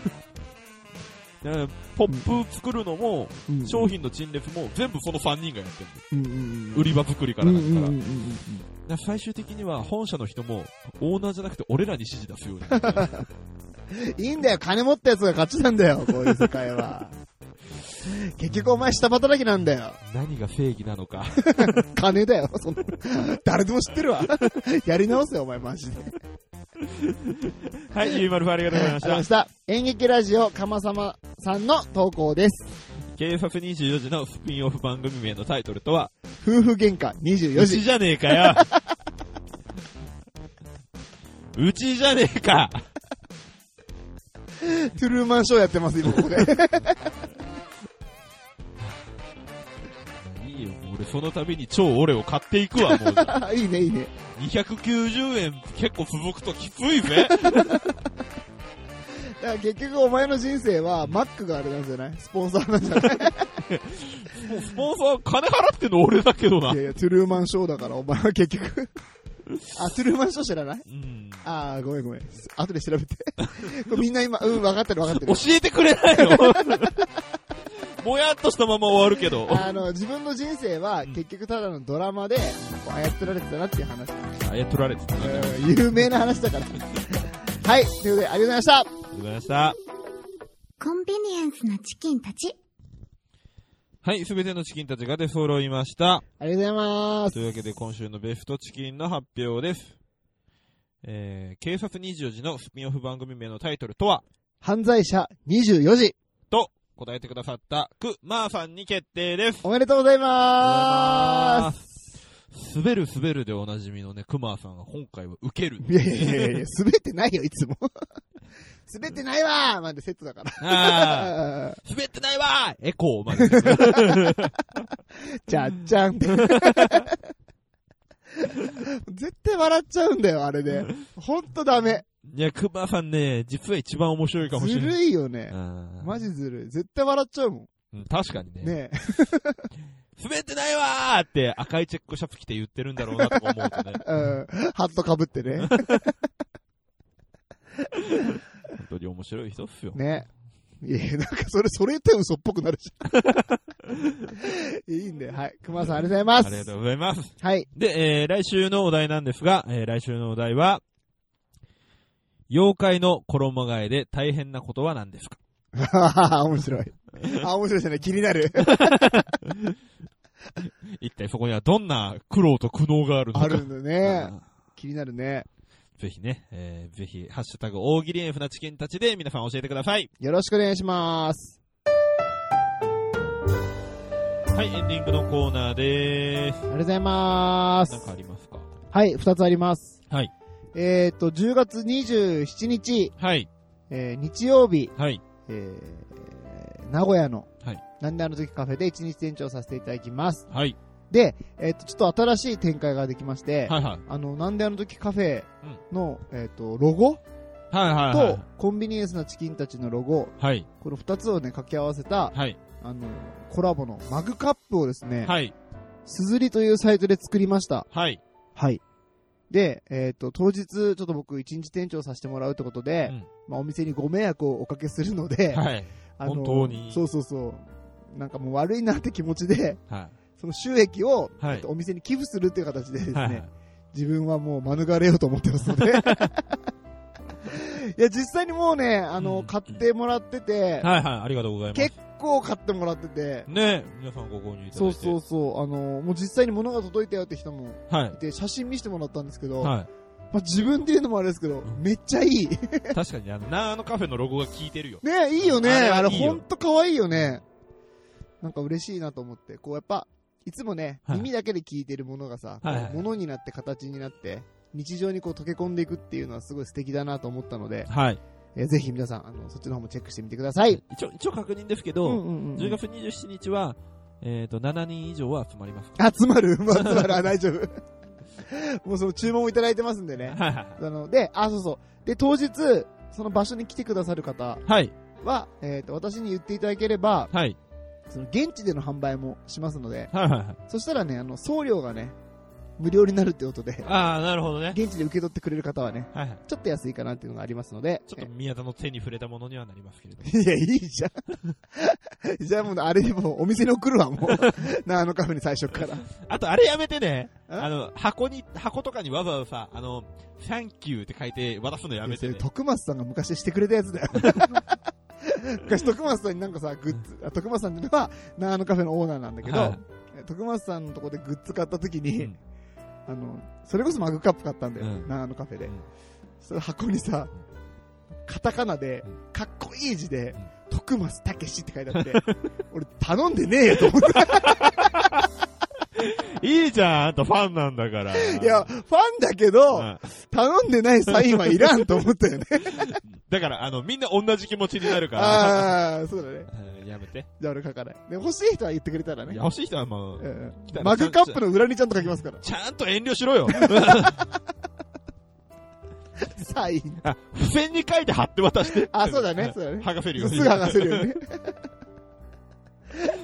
Speaker 1: だからポップ作るのも、
Speaker 2: うん
Speaker 1: 商品の陳列も全部その3人がやってる
Speaker 2: うんうん
Speaker 1: 売り場作りからだから。
Speaker 2: うんうんうん
Speaker 1: だから最終的には本社の人も、オーナーじゃなくて俺らに指示出すように。
Speaker 2: うんいいんだよ、金持ったやつが勝ちなんだよ、こういう世界は。 結局お前下働きなんだよ。
Speaker 1: 何が正義なのか。
Speaker 2: 金だよ、そんな。誰でも知ってるわ。 やり直せよ、お前マジで。
Speaker 1: はい、ゆいまるふありがとうございま
Speaker 2: ありま
Speaker 1: し
Speaker 2: した。演劇ラジオ、かまさまさんの投稿です。
Speaker 1: た。警察24時のスピンオフ番組名のタイトルとは、
Speaker 2: 夫婦喧嘩24
Speaker 1: うち
Speaker 2: 時。
Speaker 1: じゃねえか よ。うちじゃねえか。
Speaker 2: トゥルーマンショーやってます、今ここで。
Speaker 1: いいよ、俺その度に超俺を買っていくわ、もう。
Speaker 2: いいね、いいね。
Speaker 1: 290円結構続くときついぜ。
Speaker 2: だから結局お前の人生は、マックがあれなんじゃないスポンサーなんじゃない
Speaker 1: もうスポンサー金払ってんの俺だけどな。
Speaker 2: いやいや、トゥルーマンショーだから、お前は結局。 あ、トゥルーマンショー知らない
Speaker 1: うん。
Speaker 2: あー、ごめんごめん。後で調べて。 これみんな今、うん、分かってる分かって
Speaker 1: 教
Speaker 2: る。
Speaker 1: えてくれないの もやっとしたまま終わるけど。
Speaker 2: あの、自分の人生は、結局ただのドラマで、こう操られてたなっていう話。
Speaker 1: あやっとられてたな。ありがと
Speaker 2: うん有名な話だから。 はい、ということで、ありがとうございました。
Speaker 1: うございました。
Speaker 4: コンビニエンスなチキンたち。
Speaker 1: はい、すべてのチキンたちが出揃いました。
Speaker 2: ありがとうございます
Speaker 1: と。いうわけで今週のベストチキンの発表です。えー、警察24時のスピンオフ番組名のタイトルとは
Speaker 2: 犯罪者24時。
Speaker 1: と答えてくださったくまーさんに決定です。
Speaker 2: おめでとうございま
Speaker 1: あ
Speaker 2: す。
Speaker 1: 滑る滑るでおなじみのね、くまーさんが今回は受ける。
Speaker 2: いやいやいやいや、滑ってないよ、いつも。 滑ってないわーまでセットだから。
Speaker 1: あー滑ってないわーエコーまで。
Speaker 2: じゃっちゃん って。絶対笑っちゃうんだよ、あれで。ほんとダメ。
Speaker 1: いや、クマさんね、実は一番面白いかもし
Speaker 2: ず
Speaker 1: れない。
Speaker 2: るいよね。
Speaker 1: うん
Speaker 2: マジずるい。絶対笑っちゃうも
Speaker 1: うん確かにね。
Speaker 2: ん。ね。
Speaker 1: 滑ってないわーって赤いチェックシャツ着て言ってるんだろうなとか思うとね
Speaker 2: え。うん。ハットかぶってね。
Speaker 1: 本当に面白い人っすよ。
Speaker 2: ね。いや、なんかそれ、それ言って嘘っぽくなるじ ゃん。いいんだよ。はい。熊さん、ありがとうござい
Speaker 1: あ
Speaker 2: ます。
Speaker 1: りがとうございます。
Speaker 2: はい。
Speaker 1: で、えー、来週のお題なんですが、えー、来週のお題は、妖怪の衣替えで大変なことは何ですか
Speaker 2: ああ、面白い。 あ、面白いじゃない。気に なる。
Speaker 1: 一体そこにはどんな苦労と苦悩があるのか。
Speaker 2: あるんだね。
Speaker 1: うん
Speaker 2: 気になるね。
Speaker 1: ぜひね、えー、ぜひ、ハッシュタグ、大喜利エフなチキンたちで皆さん教えてください。
Speaker 2: よろしくお願いします。
Speaker 1: はい、エンディングのコーナーでー。
Speaker 2: ありがとうございます
Speaker 1: なん
Speaker 2: す。
Speaker 1: かありますか
Speaker 2: はい、二つあります。
Speaker 1: はい。
Speaker 2: えっ、と、10月27日、
Speaker 1: はい。
Speaker 2: えー日曜日、
Speaker 1: はい。
Speaker 2: えー名古屋の、
Speaker 1: はい
Speaker 2: なんであの時カフェで一日店長させていただきます。
Speaker 1: はい。
Speaker 2: で、えっ、と、ちょっと新しい展開ができまして、
Speaker 1: はいはい。
Speaker 2: あの、なんであの時カフェの、えっ、と、ロゴ
Speaker 1: はいはいはい。
Speaker 2: と、コンビニエンスなチキンたちのロゴ、
Speaker 1: はい。
Speaker 2: この二つをね、掛け合わせた、
Speaker 1: はい。
Speaker 2: あの、コラボのマグカップをですね、
Speaker 1: はい。
Speaker 2: すずりというサイトで作りました。
Speaker 1: はい。
Speaker 2: はい。で、えっ、と、当日、ちょっと僕、一日店長させてもらうってこと
Speaker 1: う
Speaker 2: で、
Speaker 1: ん
Speaker 2: まあ、お店にご迷惑をおかけするので、
Speaker 1: はい。
Speaker 2: あの
Speaker 1: 本当に
Speaker 2: そうそうそう。なんかもう悪いなって気持ちで、
Speaker 1: は
Speaker 2: その収益を、
Speaker 1: はい
Speaker 2: えっとお店に寄付するっていう形でです
Speaker 1: い。
Speaker 2: ね、
Speaker 1: はいはい。
Speaker 2: 自分はもう免れようと思ってますの で。いや、実際にもうね、あの、
Speaker 1: うん
Speaker 2: 買ってもらってて、
Speaker 1: はいはい。ありがとうございます
Speaker 2: 結。構買ってもらってて、
Speaker 1: ね皆さんご購入いただいて。
Speaker 2: そうそうそう、あの、もう実際に物が届いたよって人も
Speaker 1: はいい。
Speaker 2: て、写真見せてもらったんですけど、
Speaker 1: は
Speaker 2: まあ、自分で言うのもあれですけど、
Speaker 1: ん
Speaker 2: めっちゃいい。
Speaker 1: い。確かに、あの、なあのカフェのロゴが効いてるよ。
Speaker 2: ねいいよね。あ
Speaker 1: あれ
Speaker 2: れ
Speaker 1: はいいよ
Speaker 2: ほんと可愛いよね。なんか嬉しいなと思って。こうやっぱ、いつもね、
Speaker 1: はい
Speaker 2: 耳だけで聞いてるものがさ、
Speaker 1: はいはい
Speaker 2: ものになって形になって、日常にこう溶け込んでいくっていうのはすごい素敵だなと思ったので、
Speaker 1: はい。
Speaker 2: えーぜひ皆さん、あの、そっちの方もチェックしてみてください。
Speaker 1: 一応、一応確認ですけ
Speaker 2: う
Speaker 1: ど、
Speaker 2: んうん
Speaker 1: 10月27日は、えっと、7人以上は集まりますか
Speaker 2: あ、詰まる、 まあ、詰まる、あ、大丈夫。 もうその注文をいただいてますんでね。
Speaker 1: はいはい
Speaker 2: あの、で、あ、そうそう。で、当日、その場所に来てくださる方
Speaker 1: はい。
Speaker 2: は、えっ、と、私に言っていただければ、
Speaker 1: はい。
Speaker 2: その現地での販売もしますので、
Speaker 1: はいはいはい。
Speaker 2: そしたらね、あの、送料がね、無料になるってこ とで、
Speaker 1: ああ、なるほどね。
Speaker 2: 現地で受け取ってくれる方はね、
Speaker 1: はいはい。
Speaker 2: ちょっと安いかなっていうのがありますので、
Speaker 1: ちょっと宮田の手に触れたものにはなりますけれども。
Speaker 2: えいや、いいじゃん。 じゃあもう、あれでも、お店に送るわ、も う。な、あのカフェに最初から。
Speaker 1: あと、あれやめてね。
Speaker 2: ん
Speaker 1: あの、箱に、箱とかにわざわざさ、あの、サンキューって書いて渡すのやめて
Speaker 2: い
Speaker 1: ね
Speaker 2: やそれ。徳松さんが昔してくれたや つだよ。昔、徳松さんになんかさ、グッズ、あ徳松さんっていうのは、な、あのカフェのオーナーなんだけど、
Speaker 1: はい
Speaker 2: 徳松さんのとこでグッズ買った時に、
Speaker 1: うん
Speaker 2: あの、それこそマグカップ買ったんだよ、
Speaker 1: うん
Speaker 2: 長野カフェで。
Speaker 1: うん
Speaker 2: その箱にさ、カタカナで
Speaker 1: うん、
Speaker 2: かっこいい字で
Speaker 1: うん、
Speaker 2: 徳松たけしって書いてあ って、俺頼んでねえよと思って。
Speaker 1: いいじゃん、あんたファンなんだから。
Speaker 2: いや、ファンだけ
Speaker 1: う
Speaker 2: ど、
Speaker 1: ん
Speaker 2: 頼んでないサインはいらんと思った よね。
Speaker 1: だから、あの、みんな同じ気持ちになるから。
Speaker 2: ああ、そうだね。
Speaker 1: うんやめて。
Speaker 2: じゃあ俺書かない。で、欲しい人は言ってくれたら
Speaker 1: い
Speaker 2: ね
Speaker 1: や。欲しい人はも
Speaker 2: う
Speaker 1: う、
Speaker 2: ん
Speaker 1: 来たら
Speaker 2: マグカップの裏にちゃんと書きま すから。
Speaker 1: ちゃんと遠慮しろ よ。
Speaker 2: サイン。
Speaker 1: あ付箋に書いて貼って渡して。
Speaker 2: あ、そうだね、そうだね。
Speaker 1: 剥がせるように。
Speaker 2: すぐ剥がせるよね。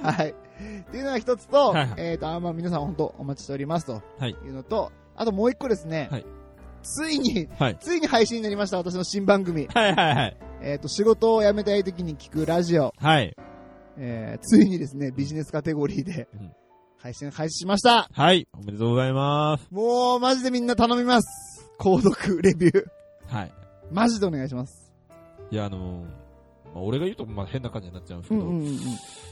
Speaker 2: はい。っていうのが一つと、
Speaker 1: はいはい
Speaker 2: えっ、と、あまあ皆さん本当お待ちしておりますと。
Speaker 1: はいいう
Speaker 2: のと、あともう一個ですね。
Speaker 1: はい
Speaker 2: ついに、
Speaker 1: はい
Speaker 2: ついに配信になりました、私の新番組。
Speaker 1: はいはいはい。
Speaker 2: えっ、と、仕事を辞めたい時に聞くラジオ。
Speaker 1: はい。
Speaker 2: えー、ついにですね、ビジネスカテゴリーで
Speaker 1: うん、
Speaker 2: 配信開始しました。
Speaker 1: はい。おめでとうございます。
Speaker 2: もう、マジでみんな頼みます。購読、レビュー。
Speaker 1: はい。
Speaker 2: マジでお願いします。
Speaker 1: いや、あのー、まあ、俺が言うと、まあ、変な感じになっちゃうんですけ
Speaker 2: うん
Speaker 1: ど、
Speaker 2: うんうん。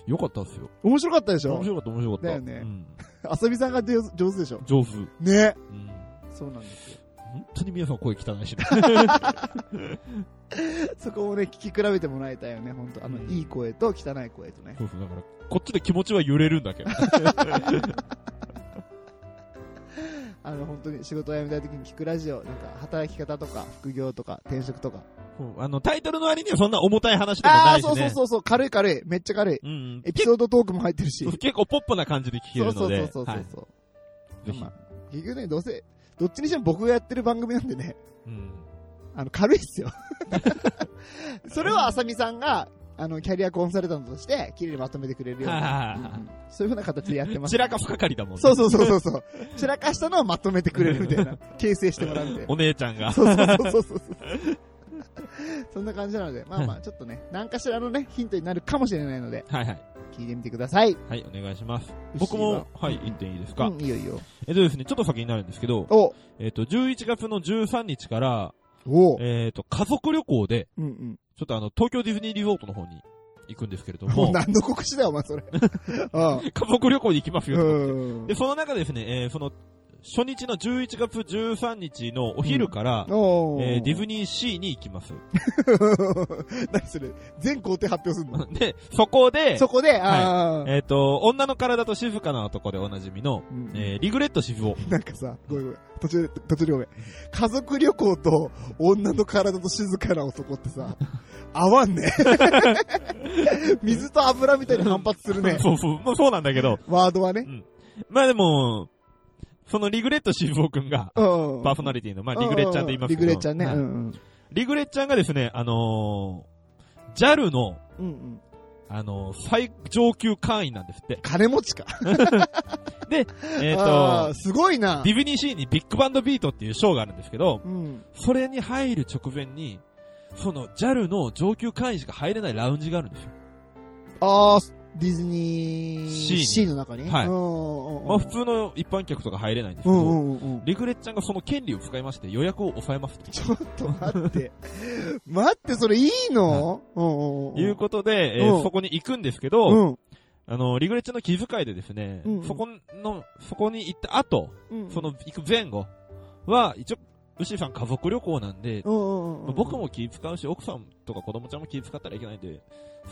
Speaker 1: よかったっすよ。
Speaker 2: 面白かったでしょ
Speaker 1: 面白かった、面白かった。
Speaker 2: だよね
Speaker 1: うん
Speaker 2: あさみさんが上手上手でしょ
Speaker 1: 上手。うん。
Speaker 2: ね。そうなんですよ。
Speaker 1: 本当に皆さん声汚い しね。
Speaker 2: そこをね、聞き比べてもらいたいよね、本当あの、
Speaker 1: うん
Speaker 2: いい声と汚い声とね。
Speaker 1: そうそう、だから、こっちで気持ちは揺れるんだけど。
Speaker 2: あの、本当に仕事を辞めたい時に聞くラジオ、なんか、働き方とか、副業とか、転職とか。
Speaker 1: そうあの、タイトルの割にはそんな重たい話でも
Speaker 2: あ
Speaker 1: な
Speaker 2: あ
Speaker 1: い
Speaker 2: ー、
Speaker 1: し
Speaker 2: そ
Speaker 1: ね。
Speaker 2: うそうそうそう、軽い軽い、めっちゃ軽い。
Speaker 1: うんうん。
Speaker 2: エピソードトークも入ってるし。
Speaker 1: 結構結構ポップな感じで聞け
Speaker 2: そう
Speaker 1: る
Speaker 2: そ
Speaker 1: の
Speaker 2: うそう
Speaker 1: で。
Speaker 2: そう
Speaker 1: はい
Speaker 2: そう。
Speaker 1: ぜひ
Speaker 2: まあ、結局ね、どうせ、どっちにしても僕がやってる番組なんでね、
Speaker 1: うん。
Speaker 2: あの、軽いっすよ。 それはあさみさんが、あの、キャリアコンサルタントとして、綺麗にまとめてくれるよう
Speaker 1: はい
Speaker 2: な。
Speaker 1: はい
Speaker 2: うんう
Speaker 1: はいはい
Speaker 2: んそういうふうな形でやってます。
Speaker 1: 散らかす係だもんね。
Speaker 2: そうそうそうそうそう。散らかしたのをまとめてくれるみたいな。形成してもらうみ たいな。
Speaker 1: お姉ちゃんが。
Speaker 2: そうそうそうそうそう。 そんな感じなので、まあまあ、ちょっとね、何かしらのね、ヒントになるかもしれないので、
Speaker 1: はいはい。
Speaker 2: 聞いてみてください。
Speaker 1: はい、お願いします。僕も、はい、言っていいですか、
Speaker 2: うん、いいよいいよ。
Speaker 1: えっとですね、ちょっと先になるんですけど、
Speaker 2: お
Speaker 1: えっと、11月の13日から、
Speaker 2: お
Speaker 1: えっと、家族旅行で、
Speaker 2: うんうん。
Speaker 1: ちょっとあの、東京ディズニーリゾートの方に行くんですけれど
Speaker 2: もう
Speaker 1: も、
Speaker 2: 何の 告知だよ、お前それ。う
Speaker 1: 家族旅行に行きますよと
Speaker 2: ん。うん
Speaker 1: で、その中ですね、えーその、初日の11月13日のお昼から、
Speaker 2: お
Speaker 1: えーディズ
Speaker 2: ニ
Speaker 1: ニーシーに行きます。
Speaker 2: ー。 何それ全工程発表すんの
Speaker 1: で、そこで、
Speaker 2: そこで、あー
Speaker 1: えっ、と、女の体と静かな男でおなじみの、
Speaker 2: うん
Speaker 1: えーリグレット渋尾。。
Speaker 2: なんかさ、ごめんごめん。途中で、途中でごめん。家族旅行と女の体と静かな男ってさ、合わんね。 水と油みたいに反発するね
Speaker 1: そうそう、まあそうなんだけど、
Speaker 2: ワードはね。
Speaker 1: まあでも、そのリグレット渋尾くんが、
Speaker 2: うん。
Speaker 1: パーソナリティの、まあリグレッちゃんって言いますけ
Speaker 2: リ
Speaker 1: ど、
Speaker 2: グレちゃんね。
Speaker 1: は
Speaker 2: う
Speaker 1: い
Speaker 2: んうん。
Speaker 1: リグレッちゃんがですね、あのー、JAL の、
Speaker 2: うんうん。
Speaker 1: あのー最上級会員なんです って。
Speaker 2: 金持ちか。
Speaker 1: えっ、
Speaker 2: あー
Speaker 1: と、
Speaker 2: すごいな
Speaker 1: デ。ィズニーシーにビッグバンドビートっていうショーがあるんですけど、
Speaker 2: うん。
Speaker 1: それに入る直前に、その JAL の上級会員しか入れないラウンジがあるんですよ。
Speaker 2: あー、ディズニー
Speaker 1: シーに
Speaker 2: シーの中に
Speaker 1: はいまあ普
Speaker 2: い。
Speaker 1: 通の一般客とか入れないんですけ
Speaker 2: う
Speaker 1: ど、
Speaker 2: んうんうんうん。
Speaker 1: リグレッちゃんがその権利を使いまして予約を抑えますと。
Speaker 2: ちょっと待って。待って、それいいのうんうんうん。
Speaker 1: いうことで、えー
Speaker 2: うん
Speaker 1: そこに行くんですけど、
Speaker 2: うん
Speaker 1: あの、リグレッちゃんの気遣いでですね、
Speaker 2: うんうん
Speaker 1: そこの、そこに行った後、
Speaker 2: うん。
Speaker 1: その行く前後は、一応、牛さん家族旅行なんで、
Speaker 2: うんうんうん。
Speaker 1: 僕も気使うし、奥さんとか子供ちゃんも気使ったらいけないんで、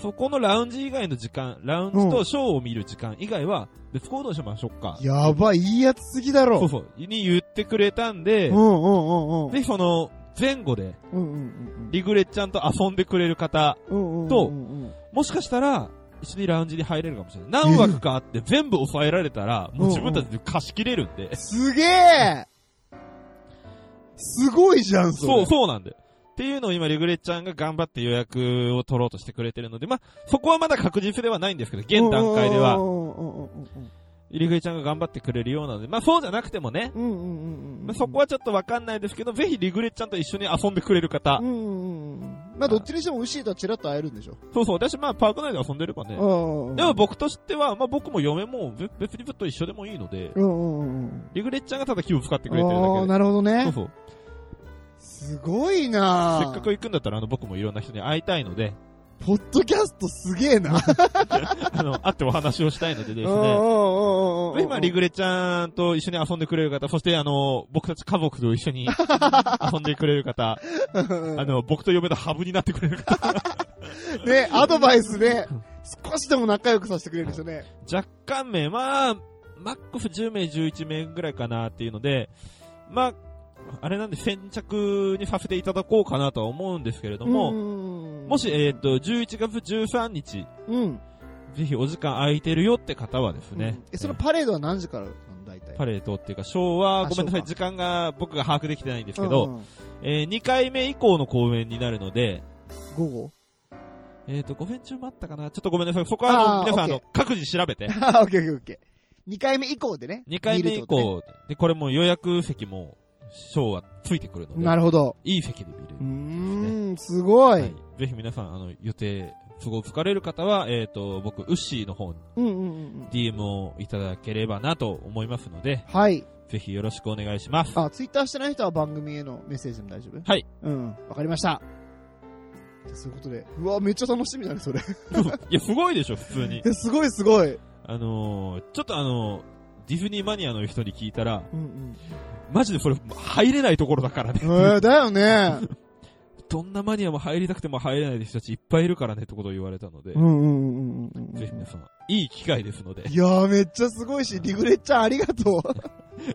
Speaker 1: そこのラウンジ以外の時間、ラウンジとショーを見る時間以外は、別行動しましょうか。
Speaker 2: やばい、いいやつすぎだろ。
Speaker 1: そうそう、に言ってくれたんで、
Speaker 2: うんうんうんうん。
Speaker 1: ぜひその、前後で、
Speaker 2: うんうん
Speaker 1: リグレッちゃんと遊んでくれる方、
Speaker 2: うん。
Speaker 1: と
Speaker 2: うんうんうん
Speaker 1: もしかしたら、一緒にラウンジに入れるかもしれない。何枠かあって全部抑えられたら、もう自分たちで貸し切れるんで。
Speaker 2: すげえすごいじゃん、それ。
Speaker 1: そう、そうなんで。っていうのを今、リグレッちゃんが頑張って予約を取ろうとしてくれてるので、まあ、そこはまだ確実ではないんですけど、現段階で
Speaker 2: う
Speaker 1: は、
Speaker 2: んうんうんうん
Speaker 1: リグレッちゃんが頑張ってくれるようなので、まあ、そうじゃなくてもね、
Speaker 2: うんうんうんうんう
Speaker 1: まあ
Speaker 2: ん。
Speaker 1: そこはちょっとわかんないですけど、ぜひリグレッちゃんと一緒に遊んでくれる方
Speaker 2: う、んうんうん。まあ、どっちにしても牛とはチラッと会えるんでしょ。
Speaker 1: そうそう、私まあ、パーク内で遊んでればね、
Speaker 2: うん。
Speaker 1: でも、僕としては、まあ、僕も嫁もべ別にずっと一緒でもいいので、
Speaker 2: うんうんうんうん。
Speaker 1: リグレッちゃんがただ気を使ってくれてるだ
Speaker 2: ああ、
Speaker 1: けで。
Speaker 2: なるほど
Speaker 1: そう
Speaker 2: ね。
Speaker 1: そう。
Speaker 2: すごいな
Speaker 1: せっかく行くんだったら、あの、僕もいろんな人に会いたいの で、
Speaker 2: ポッドキャストすげえな。
Speaker 1: あの、会ってお話をしたいのでで
Speaker 2: う
Speaker 1: す
Speaker 2: んう
Speaker 1: ね。
Speaker 2: んうんうん。
Speaker 1: 今、リグレちゃんと一緒に遊んでくれる方、そして、あの、僕たち家族と一緒 に遊んでくれる方、あの、僕と嫁とハブになってくれる方、
Speaker 2: ね、アドバイスで、少しでも仲良くさせてくれる人ね。
Speaker 1: 若干名、まあ、マックス10名、11名ぐらいかなっていうので、まあ、あれなんで先着にさせていただこうかなとは思うんですけれども、
Speaker 2: も
Speaker 1: もし、えっ、と、11月13日、
Speaker 2: うん。
Speaker 1: ぜひお時間空いてるよって方はですね、
Speaker 2: え、そのパレードは何時からなんだいたい
Speaker 1: パレードっていうか、昭和、
Speaker 2: あ
Speaker 1: ごめんなさい、
Speaker 2: 昭和
Speaker 1: 時間が僕が把握できてないんですけ
Speaker 2: う
Speaker 1: ど、
Speaker 2: んうん
Speaker 1: え2回目以降の公演になるので、
Speaker 2: 午後
Speaker 1: えっ、と、午前中もあったかなちょっとごめんなさい、そこはあの
Speaker 2: あー
Speaker 1: 皆さん、あ
Speaker 2: オ
Speaker 1: の、
Speaker 2: ッ
Speaker 1: 各自調べて、
Speaker 2: あ ー、オッケーオッケーオッケー。2回目以降でね。
Speaker 1: 2回目以
Speaker 2: 見るってこ
Speaker 1: 降、で、これもう予約席も、賞はついてくる
Speaker 2: と
Speaker 1: の
Speaker 2: ね。
Speaker 1: で、
Speaker 2: なるほど。
Speaker 1: いい席で見れる
Speaker 2: う。ーん、すごい。
Speaker 1: ぜひ皆さん、あの、予定、都合疲れる方は、えっ、と、僕、ウッシーの方に
Speaker 2: うんうんうん。
Speaker 1: DM をいただければなと思いますので、
Speaker 2: はい。
Speaker 1: ぜひよろしくお願いします。
Speaker 2: あ、ツイッターしてない人は番組へのメッセージでも大丈夫
Speaker 1: はい。
Speaker 2: うん。わかりました。じゃあそういうことで。うわ、めっちゃ楽しみだね、それ。
Speaker 1: いや、すごいでしょ、普通に。
Speaker 2: え、すごいすごい。
Speaker 1: あのー、ちょっとあのー、ディズニーマニアの人に聞いたら、
Speaker 2: うんうん。
Speaker 1: マジでそれ入れないところだからね。
Speaker 2: えー、だよね。
Speaker 1: どんなマニアも入りたくても入れない人たちいっぱいいるからねってことを言われたので、
Speaker 2: うんうんうんうんうん。
Speaker 1: ぜひ皆さん、いい機会ですので、
Speaker 2: いやー、めっちゃすごいし、リグレッちゃんありがと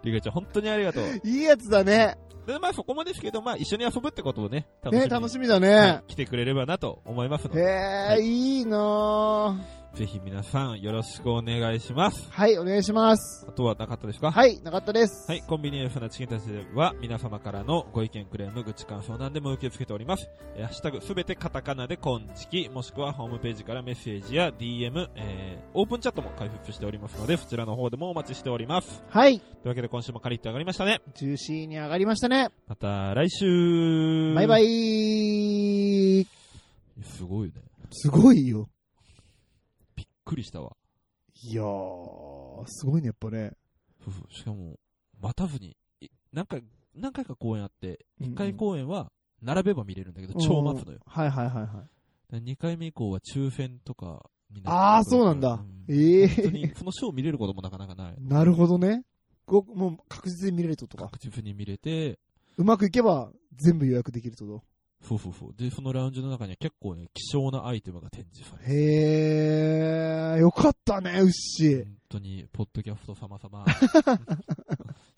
Speaker 1: リガちゃん本当にありがとう。
Speaker 2: う。 いいやつだね。
Speaker 1: で、まあそこまでですけど、まあ一緒に遊ぶってことをね、楽しみ
Speaker 2: ね、
Speaker 1: に
Speaker 2: 楽しみだ
Speaker 1: は
Speaker 2: ね。
Speaker 1: い来てくれればなと思いますの
Speaker 2: へ
Speaker 1: で、
Speaker 2: え、いいなぁ。
Speaker 1: ぜひ皆さんよろしくお願いします。
Speaker 2: はい、お願いします。
Speaker 1: あとはなかったですか
Speaker 2: はい、なかったです。
Speaker 1: はい、。コンビニエンスなチキンたちでは皆様からのご意見、クレーム、愚痴、感想何でも受け付けております。えーハッシュタグすべてカタカナでコンチキ、もしくはホームページからメッセージや DM、えーオープンチャットも開設しておりますので、そちらの方でもお待ちしております。
Speaker 2: はい、
Speaker 1: というわけで今週もカリッと上がりましたね。
Speaker 2: ジューシーに上がりましたね。
Speaker 1: また来週
Speaker 2: バイバイ。
Speaker 1: すごいね。
Speaker 2: すごいよ。
Speaker 1: びっくりしたわ。
Speaker 2: いやー、すごいね、やっぱね。
Speaker 1: そうそうしかも、待たずに、いなんか、何回か公演あって、
Speaker 2: 一
Speaker 1: 1回公演は並べば見れるんだけど、超待つのよ。
Speaker 2: はいはいはいはい。
Speaker 1: 2回目以降は抽選とかになってくるから
Speaker 2: あー、そうなんだ。ええ
Speaker 1: 本当に、そのショーを見れることもなかなかない。
Speaker 2: なるほどね。ごもう確実に見れるととか、
Speaker 1: 確実に見れて、
Speaker 2: うまくいけば全部予約できるとと。
Speaker 1: そうそうそう。で、そのラウンジの中には結構ね、希少なアイテムが展示されて
Speaker 2: へー、よかったね、ウッシー。
Speaker 1: 本当に、ポッドキャスト様 様。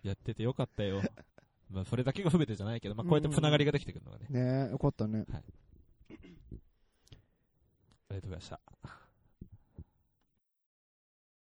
Speaker 1: やっててよかったよ。まあ、それだけが全てじゃないけど、まあ、こうやってつながりができてくるのがね。
Speaker 2: ねよかったね。
Speaker 1: ありがとうございました。